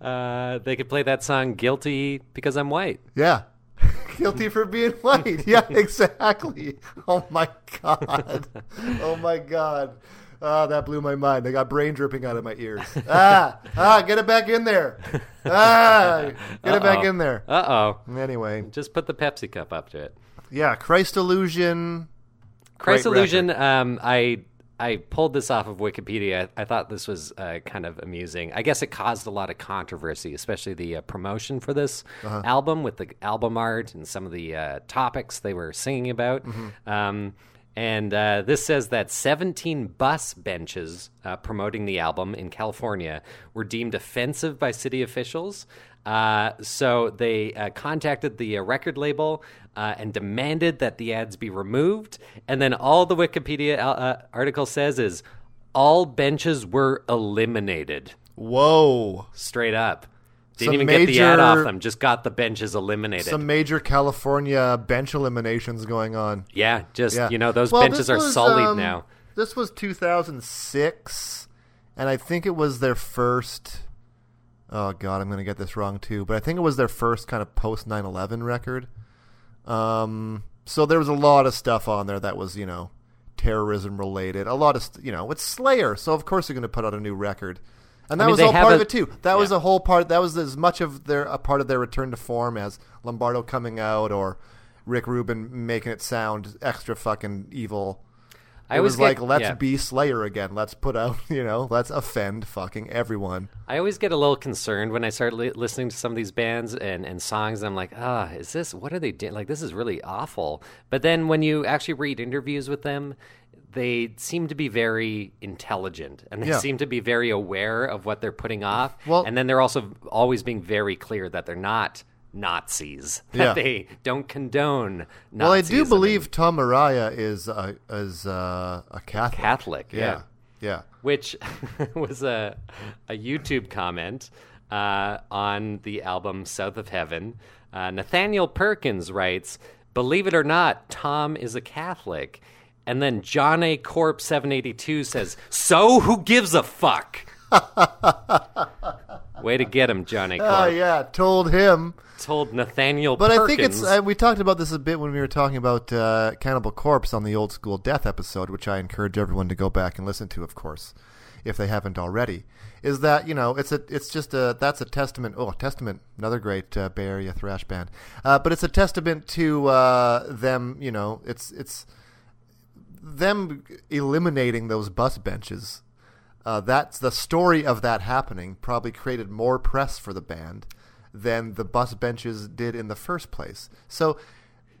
Speaker 3: Uh, they could play that song "Guilty" because I'm white.
Speaker 2: yeah, guilty for being white. Yeah, exactly. Oh my god. Oh my god. Ah, that blew my mind. I got brain dripping out of my ears. Ah, ah, get it back in there. Ah, get it back
Speaker 3: Uh-oh.
Speaker 2: in there.
Speaker 3: Uh oh.
Speaker 2: Anyway,
Speaker 3: Just put the Pepsi cup up to it.
Speaker 2: yeah, Christ illusion.
Speaker 3: Christ
Speaker 2: Great
Speaker 3: Illusion. Um, I I pulled this off of Wikipedia. I, I thought this was uh, kind of amusing. I guess it caused a lot of controversy, especially the uh, promotion for this album with the album art and some of the uh, topics they were singing about. Um, and uh, this says that 17 bus benches uh, promoting the album in California were deemed offensive by city officials. Uh, so they uh, contacted the uh, record label uh, and demanded that the ads be removed. And then all the Wikipedia uh, uh, article says is all benches were eliminated
Speaker 2: Whoa.
Speaker 3: straight up. Didn't
Speaker 2: Some
Speaker 3: even get the ad
Speaker 2: major-
Speaker 3: off them. Just got the benches eliminated.
Speaker 2: Some major California bench eliminations going on.
Speaker 3: yeah, just
Speaker 2: Yeah.
Speaker 3: you know those
Speaker 2: Well,
Speaker 3: benches
Speaker 2: this
Speaker 3: are
Speaker 2: was,
Speaker 3: sullied
Speaker 2: um,
Speaker 3: now.
Speaker 2: This was 2006, and I think it was their first. Oh God, I'm going to get this wrong too, but I think it was their first kind of post 9/11 record. Um, so there was a lot of stuff on there that was you know terrorism related. A lot of st- you know it's Slayer, so of course they're going to put out a new record. And that
Speaker 3: mean,
Speaker 2: was
Speaker 3: they
Speaker 2: all
Speaker 3: have
Speaker 2: part
Speaker 3: a-
Speaker 2: of it too. That was
Speaker 3: Yeah.
Speaker 2: a whole part. That was as much of their a part of their return to form as Lombardo coming out or Rick Rubin making it sound extra fucking evil.
Speaker 3: I
Speaker 2: It
Speaker 3: always
Speaker 2: was
Speaker 3: get-
Speaker 2: like, let's
Speaker 3: yeah.
Speaker 2: be Slayer again. Let's put out, you know, let's offend fucking everyone.
Speaker 3: I always get a little concerned when I start li- listening to some of these bands and, and songs. I'm like, ah, is this, what are they doing? Like, this is really awful. But then when you actually read interviews with them, they seem to be very intelligent and they
Speaker 2: Yeah.
Speaker 3: seem to be very aware of what they're putting off.
Speaker 2: Well-
Speaker 3: and then they're also always being very clear that they're not Nazis, that
Speaker 2: Yeah.
Speaker 3: they don't condone Nazis.
Speaker 2: well, I do believe Tom Mariah is a, is uh a Catholic.
Speaker 3: Catholic.
Speaker 2: Yeah. Yeah.
Speaker 3: which was a a YouTube comment uh, on the album South of Heaven. Uh, Nathaniel Perkins writes, "Believe it or not, Tom is a Catholic." And then John A. Corp. 782 says, "So who gives a fuck?" Way to get him, John A. Corp.
Speaker 2: Oh, yeah. Told him.
Speaker 3: Told Nathaniel
Speaker 2: But
Speaker 3: Perkins.
Speaker 2: I think it's, uh, we talked about this a bit when we were talking about uh, Cannibal Corpse on the old school death episode, which I encourage everyone to go back and listen to, of course, if they haven't already. Is that, you know, it's a, it's just a, that's a testament, oh, testament, another great uh, Bay Area thrash band. Uh, but it's a testament to uh, them, you know, it's, it's, them eliminating those bus benches, uh, that's the story of that happening probably created more press for the band than the bus benches did in the first place. So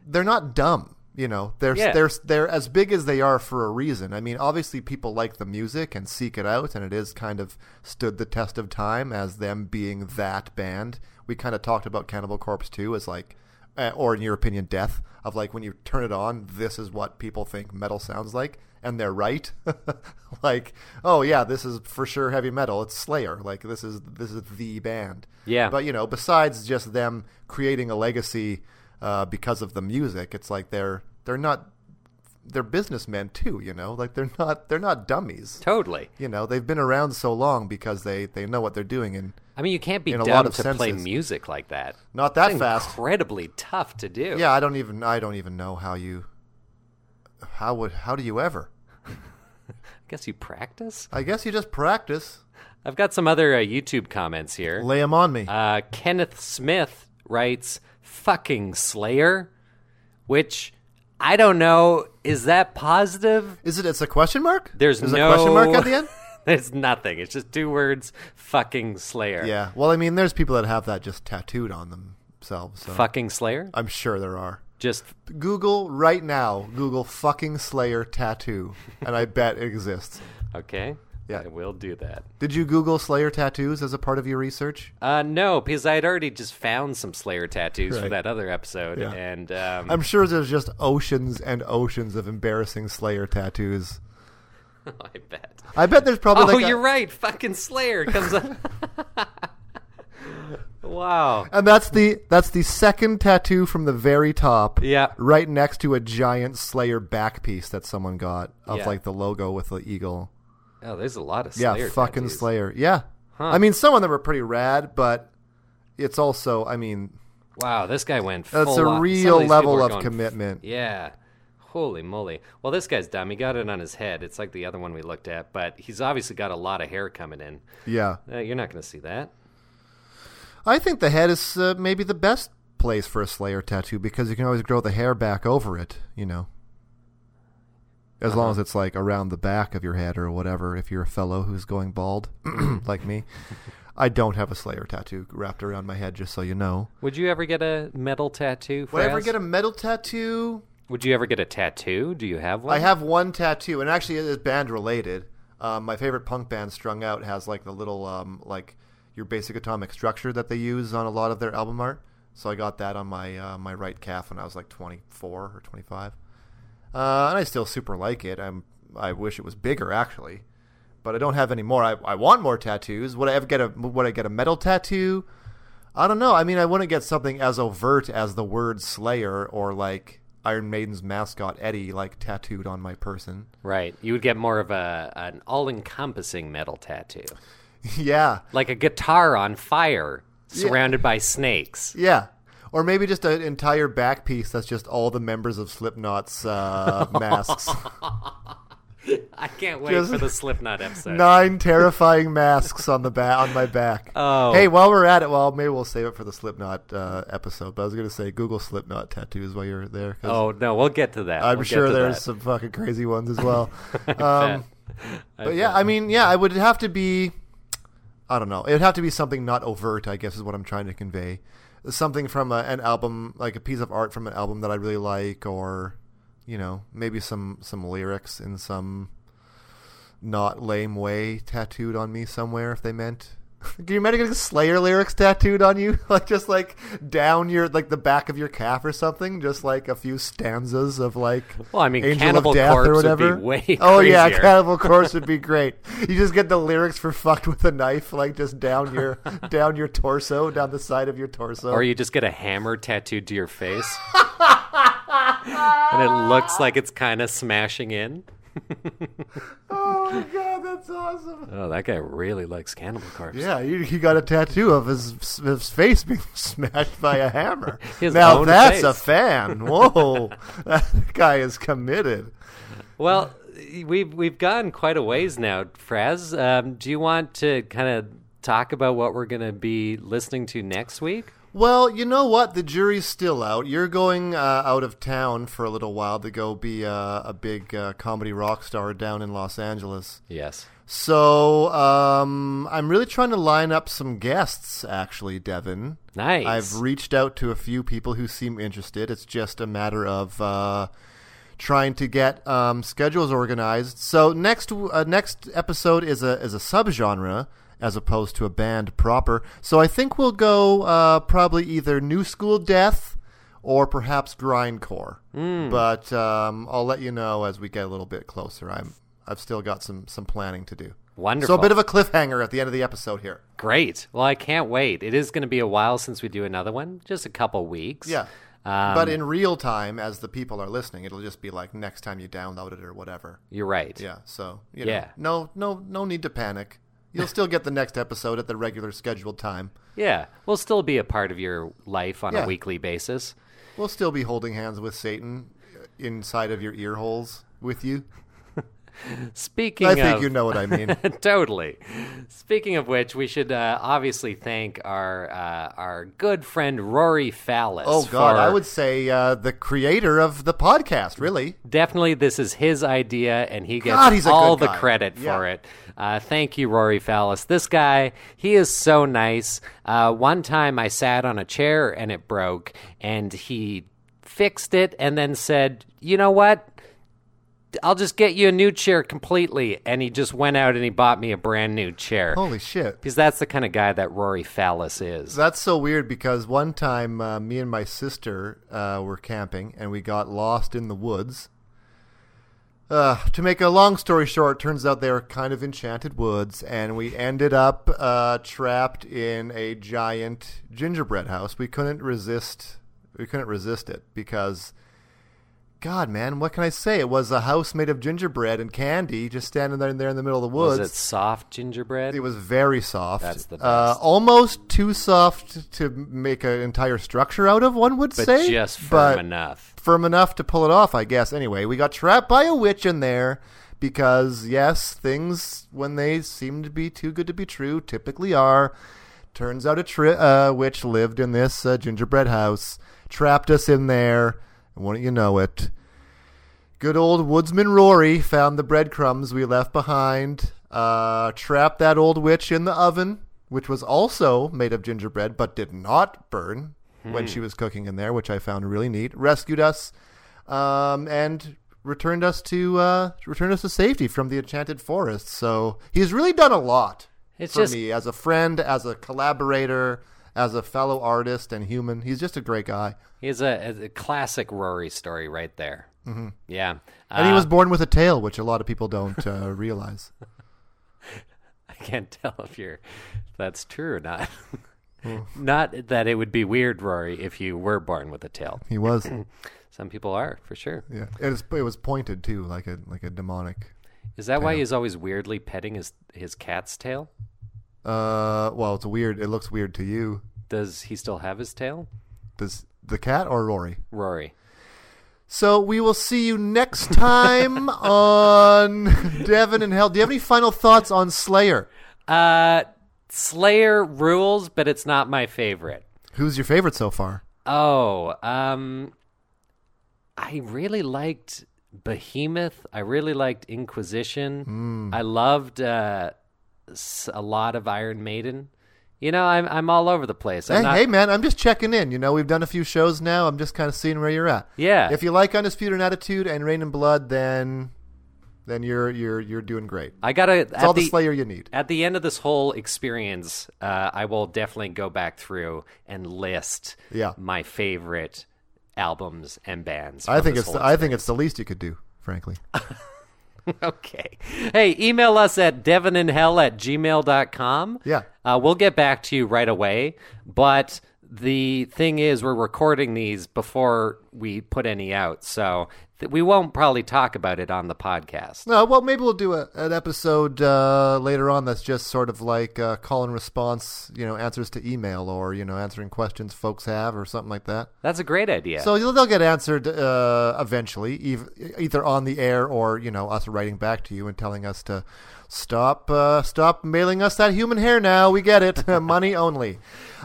Speaker 2: they're not dumb, you know. They're
Speaker 3: Yeah.
Speaker 2: they're they're as big as they are for a reason. I mean, obviously people like the music and seek it out, and it is kind of stood the test of time as them being that band. We kind of talked about Cannibal Corpse too as like uh, or in your opinion, death of like when you turn it on, this is what people think metal sounds like, and they're right. like, oh yeah, this is for sure heavy metal. It's Slayer. Like this is this is the band.
Speaker 3: Yeah.
Speaker 2: But you know, besides just them creating a legacy uh, because of the music, it's like they're they're not they're businessmen too. You know, like they're not they're not dummies.
Speaker 3: totally.
Speaker 2: You know, they've been around so long because they they know what they're doing and
Speaker 3: I mean, you can't be
Speaker 2: In a
Speaker 3: dumb
Speaker 2: lot of
Speaker 3: to play
Speaker 2: senses.
Speaker 3: music like that.
Speaker 2: not that
Speaker 3: It's
Speaker 2: fast.
Speaker 3: incredibly tough to do.
Speaker 2: Yeah, I don't even I don't even know how you how would how do you ever?
Speaker 3: I guess you practice.
Speaker 2: I guess you just practice.
Speaker 3: I've got some other uh, YouTube comments here.
Speaker 2: Lay 'em on me.
Speaker 3: Uh, Kenneth Smith writes, "Fucking Slayer," which I don't know. Is that positive?
Speaker 2: is it it's a question mark?
Speaker 3: There's
Speaker 2: There's
Speaker 3: no
Speaker 2: a question mark at the end?
Speaker 3: There's nothing. It's just two words. Fucking Slayer.
Speaker 2: Yeah. Well, I mean, there's people that have that just tattooed on themselves. So
Speaker 3: Fucking Slayer.
Speaker 2: I'm sure there are.
Speaker 3: Just
Speaker 2: Google right now. Google fucking Slayer tattoo, and I bet it exists.
Speaker 3: okay.
Speaker 2: Yeah.
Speaker 3: I will do that.
Speaker 2: Did you Google Slayer tattoos as a part of your research?
Speaker 3: Uh, no, because I had already just found some Slayer tattoos for
Speaker 2: Right.
Speaker 3: that other episode,
Speaker 2: Yeah.
Speaker 3: and um,
Speaker 2: I'm sure there's just oceans and oceans of embarrassing Slayer tattoos.
Speaker 3: I bet.
Speaker 2: I bet there's probably
Speaker 3: Oh,
Speaker 2: like a-
Speaker 3: you're right. Fucking Slayer comes up. wow.
Speaker 2: And that's the that's the second tattoo from the very top.
Speaker 3: Yeah.
Speaker 2: Right next to a giant Slayer back piece that someone got of
Speaker 3: Yeah.
Speaker 2: like the logo with the eagle.
Speaker 3: Oh, there's a lot of
Speaker 2: Yeah,
Speaker 3: Slayer.
Speaker 2: fucking
Speaker 3: tattoos.
Speaker 2: Slayer. Yeah. I mean some of them are pretty rad, but it's also I mean
Speaker 3: Wow, this guy went. Full
Speaker 2: that's a
Speaker 3: on. Some of these
Speaker 2: real
Speaker 3: people
Speaker 2: level
Speaker 3: are
Speaker 2: of
Speaker 3: going-
Speaker 2: commitment.
Speaker 3: Yeah. Holy moly. Well, this guy's dumb. He got it on his head. It's like the other one we looked at, but he's obviously got a lot of hair coming in.
Speaker 2: yeah.
Speaker 3: Uh, you're not going to see that.
Speaker 2: I think the head is uh, maybe the best place for a Slayer tattoo because you can always grow the hair back over it, you know. As
Speaker 3: Uh-huh.
Speaker 2: long as it's like around the back of your head or whatever, if you're a fellow who's going bald like me. I don't have a Slayer tattoo wrapped around my head, just so you know.
Speaker 3: Would you ever get a metal tattoo?
Speaker 2: Would I ever
Speaker 3: Fraz?
Speaker 2: get a metal tattoo?
Speaker 3: Would you ever get a tattoo? Do you have one?
Speaker 2: I have one tattoo, and actually it is band related. Um, my favorite punk band, Strung Out, has like the little um, like your basic atomic structure that they use on a lot of their album art. So I got that on my uh, my right calf when I was like 24 or 25, uh, and I still super like it. I'm I wish it was bigger actually, but I don't have any more. I, I want more tattoos. Would I ever get a would I get a metal tattoo? I don't know. I mean, I wouldn't get something as overt as the word Slayer or like Iron Maiden's mascot Eddie like tattooed on my person.
Speaker 3: Right. You would get more of a an all-encompassing metal tattoo.
Speaker 2: yeah.
Speaker 3: Like a guitar on fire surrounded by snakes.
Speaker 2: Yeah. Or maybe just an entire back piece that's just all the members of Slipknot's uh, masks.
Speaker 3: I can't wait
Speaker 2: Just-
Speaker 3: for the Slipknot episode.
Speaker 2: Nine terrifying masks on the ba- on my back.
Speaker 3: Oh.
Speaker 2: Hey, while we're at it, well, maybe we'll save it for the Slipknot uh, episode. But I was going to say Google Slipknot tattoos while you're there. 'cause
Speaker 3: Oh no, we'll get to that.
Speaker 2: I'm
Speaker 3: We'll get
Speaker 2: sure
Speaker 3: to
Speaker 2: there's
Speaker 3: that.
Speaker 2: some fucking crazy ones as well. um,
Speaker 3: I
Speaker 2: but yeah,
Speaker 3: bet.
Speaker 2: I mean, yeah, I would have to be. I don't know. It would have to be something not overt, I guess, is what I'm trying to convey. Something from a, an album, like a piece of art from an album that I really like, or you know, maybe some some lyrics in some not lame way tattooed on me somewhere if they meant. Can you imagine getting Slayer lyrics tattooed on you, like just like down your like the back of your calf or something, just like a few stanzas of like
Speaker 3: Well, I mean,
Speaker 2: Angel
Speaker 3: Cannibal
Speaker 2: of Death or
Speaker 3: Corpse would be
Speaker 2: whatever.
Speaker 3: way
Speaker 2: oh yeah,
Speaker 3: crazier.
Speaker 2: Cannibal Corpse would be great. You just get the lyrics for "fucked with a knife" like just down your down your torso, down the side of your torso.
Speaker 3: Or you just get a hammer tattooed to your face. and it looks like it's kind of smashing in.
Speaker 2: oh my god, that's awesome.
Speaker 3: Oh, that guy really likes Cannibal Corpse.
Speaker 2: Yeah, you, he got a tattoo of his, his face being smashed by a hammer.
Speaker 3: His
Speaker 2: now
Speaker 3: own
Speaker 2: that's
Speaker 3: face.
Speaker 2: a fan. Whoa, that guy is committed.
Speaker 3: Well, we've we've gone quite a ways now, Fraz. Um, do you want to kind of talk about what we're going to be listening to next week?
Speaker 2: Well, you know what? The jury's still out. You're going uh, out of town for a little while to go be uh, a big uh, comedy rock star down in Los Angeles.
Speaker 3: Yes.
Speaker 2: So um, I'm really trying to line up some guests, actually, Devin.
Speaker 3: Nice.
Speaker 2: I've reached out to a few people who seem interested. It's just a matter of uh, trying to get um, schedules organized. So next uh, next episode is a is a subgenre as opposed to a band proper. So I think we'll go uh, probably either new school death or perhaps grindcore. But um, I'll let you know as we get a little bit closer. I'm I've still got some some planning to do.
Speaker 3: Wonderful.
Speaker 2: So a bit of a cliffhanger at the end of the episode here.
Speaker 3: Great. Well, I can't wait. It is going to be a while since we do another one, just a couple weeks.
Speaker 2: Yeah.
Speaker 3: Um,
Speaker 2: but in real time, as the people are listening, it'll just be like next time you download it or whatever.
Speaker 3: you're right.
Speaker 2: Yeah. So you know,
Speaker 3: Yeah.
Speaker 2: no, no, no need to panic. You'll still get the next episode at the regular scheduled time.
Speaker 3: Yeah. We'll still be a part of your life on
Speaker 2: Yeah.
Speaker 3: a weekly basis.
Speaker 2: We'll still be holding hands with Satan uh, inside of your ear holes with you.
Speaker 3: Speaking
Speaker 2: I
Speaker 3: of.
Speaker 2: think you know what I mean.
Speaker 3: totally. Speaking of which, we should uh, obviously thank our uh, our good friend Rory Fallis.
Speaker 2: Oh God,
Speaker 3: for-
Speaker 2: I would say uh, the creator of the podcast. Really,
Speaker 3: definitely this is his idea, and he gets
Speaker 2: God, he's a
Speaker 3: all
Speaker 2: good
Speaker 3: the
Speaker 2: guy.
Speaker 3: credit
Speaker 2: Yeah.
Speaker 3: for it. Uh, thank you, Rory Fallis. This guy, he is so nice. Uh, one time, I sat on a chair and it broke, and he fixed it, and then said, "You know what?" I'll just get you a new chair completely. And he just went out and he bought me a brand new chair.
Speaker 2: holy shit.
Speaker 3: Because that's the kind of guy that Rory Fallis is.
Speaker 2: That's so weird because one time uh, me and my sister uh, were camping and we got lost in the woods. Uh, to make a long story short, turns out they were kind of enchanted woods, and we ended up uh, trapped in a giant gingerbread house. We couldn't resist. We couldn't resist it because, God, man, what can I say? It was a house made of gingerbread and candy, just standing there, there in the middle of the woods.
Speaker 3: Was it soft gingerbread?
Speaker 2: It was very soft.
Speaker 3: That's the
Speaker 2: Uh,
Speaker 3: best.
Speaker 2: almost too soft to make an entire structure out of, one would
Speaker 3: but
Speaker 2: say.
Speaker 3: just firm
Speaker 2: but
Speaker 3: enough.
Speaker 2: firm enough to pull it off, I guess. Anyway, we got trapped by a witch in there because, yes, things, when they seem to be too good to be true, typically are. Turns out a tri- uh, witch lived in this uh, gingerbread house, trapped us in there, and wouldn't you know it. Good old woodsman Rory found the breadcrumbs we left behind, uh, trapped that old witch in the oven, which was also made of gingerbread but did not burn
Speaker 3: Hmm.
Speaker 2: when she was cooking in there, which I found really neat. Rescued us, um, and returned us to uh, returned us to safety from the enchanted forest. So he's really done a lot
Speaker 3: It's
Speaker 2: for
Speaker 3: just-
Speaker 2: me as a friend, as a collaborator, as a fellow artist and human. He's just a great guy,
Speaker 3: He's a, a classic Rory story right there. Mm-hmm. Yeah.
Speaker 2: and he
Speaker 3: Uh,
Speaker 2: was born with a tail, which a lot of people don't uh, realize.
Speaker 3: I can't tell if you're if that's true or not. Not that it would be weird, Rory, if you were born with a tail.
Speaker 2: He was.
Speaker 3: Some people are, for sure.
Speaker 2: Yeah, it was. It was pointed too, like a like a demonic.
Speaker 3: Is that why he's always weirdly petting his his cat's tail?
Speaker 2: Uh, well, it's weird. It looks weird to you.
Speaker 3: Does he still have his tail?
Speaker 2: Does the cat or Rory?
Speaker 3: Rory.
Speaker 2: So we will see you next time on Devin and Hell. Do you have any final thoughts on Slayer?
Speaker 3: Uh Slayer rules, but it's not my favorite.
Speaker 2: Who's your favorite so far?
Speaker 3: Oh, um I really liked Behemoth. I really liked Inquisition.
Speaker 2: Hmm.
Speaker 3: I loved uh s- a lot of Iron Maiden. You know, I'm I'm all over the place. I'm
Speaker 2: Hey,
Speaker 3: not-
Speaker 2: hey, man, I'm just checking in. You know, we've done a few shows now. I'm just kind of seeing where you're at.
Speaker 3: Yeah.
Speaker 2: If you like Undisputed Attitude and Rain and Blood, then then you're you're you're doing great.
Speaker 3: I gotta
Speaker 2: It's all the Slayer you need.
Speaker 3: At the end of this whole experience, uh, I will definitely go back through and list
Speaker 2: Yeah.
Speaker 3: my favorite albums and bands.
Speaker 2: I
Speaker 3: from
Speaker 2: think
Speaker 3: this
Speaker 2: it's
Speaker 3: whole
Speaker 2: the, I think it's the least you could do, frankly.
Speaker 3: okay. Hey, email us at devinandhell at gmail.com.
Speaker 2: Yeah.
Speaker 3: Uh, we'll get back to you right away. But the thing is, we're recording these before we put any out. So th- we won't probably talk about it on the podcast.
Speaker 2: No, Uh, well, maybe we'll do a, an episode uh, later on that's just sort of like uh, call and response, you know, answers to email or you know answering questions folks have or something like that.
Speaker 3: That's a great idea.
Speaker 2: So they'll they'll get answered uh, eventually, ev- either on the air or you know us writing back to you and telling us to stop uh, stop mailing us that human hair. Now we get it, money only.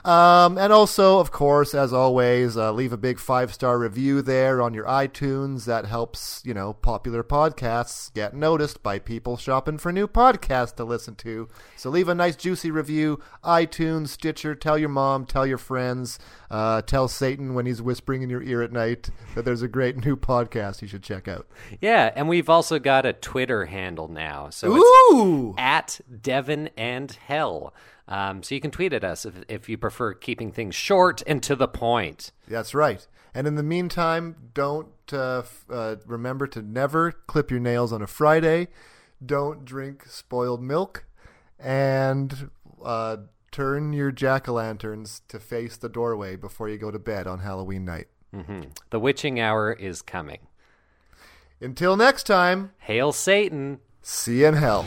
Speaker 2: Um, and also, of course, as always, uh, leave a big five star review there on your iTunes. That helps you know popular podcasts get noticed by people shopping for new podcasts to listen to. So leave a nice juicy review. iTunes, Stitcher. Tell your mom. Tell your friends. Uh, tell Satan when he's whispering in your ear at night that there's a great new podcast you should check out.
Speaker 3: yeah. And we've also got a Twitter handle now. So it's
Speaker 2: Ooh.
Speaker 3: at Devon and Hell. Um, so you can tweet at us if, if you prefer keeping things short and to the point.
Speaker 2: That's right. And in the meantime, don't uh, f- uh, remember to never clip your nails on a Friday. Don't drink spoiled milk, and uh, turn your jack o' lanterns to face the doorway before you go to bed on Halloween night.
Speaker 3: The witching hour is coming.
Speaker 2: Until next time,
Speaker 3: Hail Satan!
Speaker 2: see you in hell.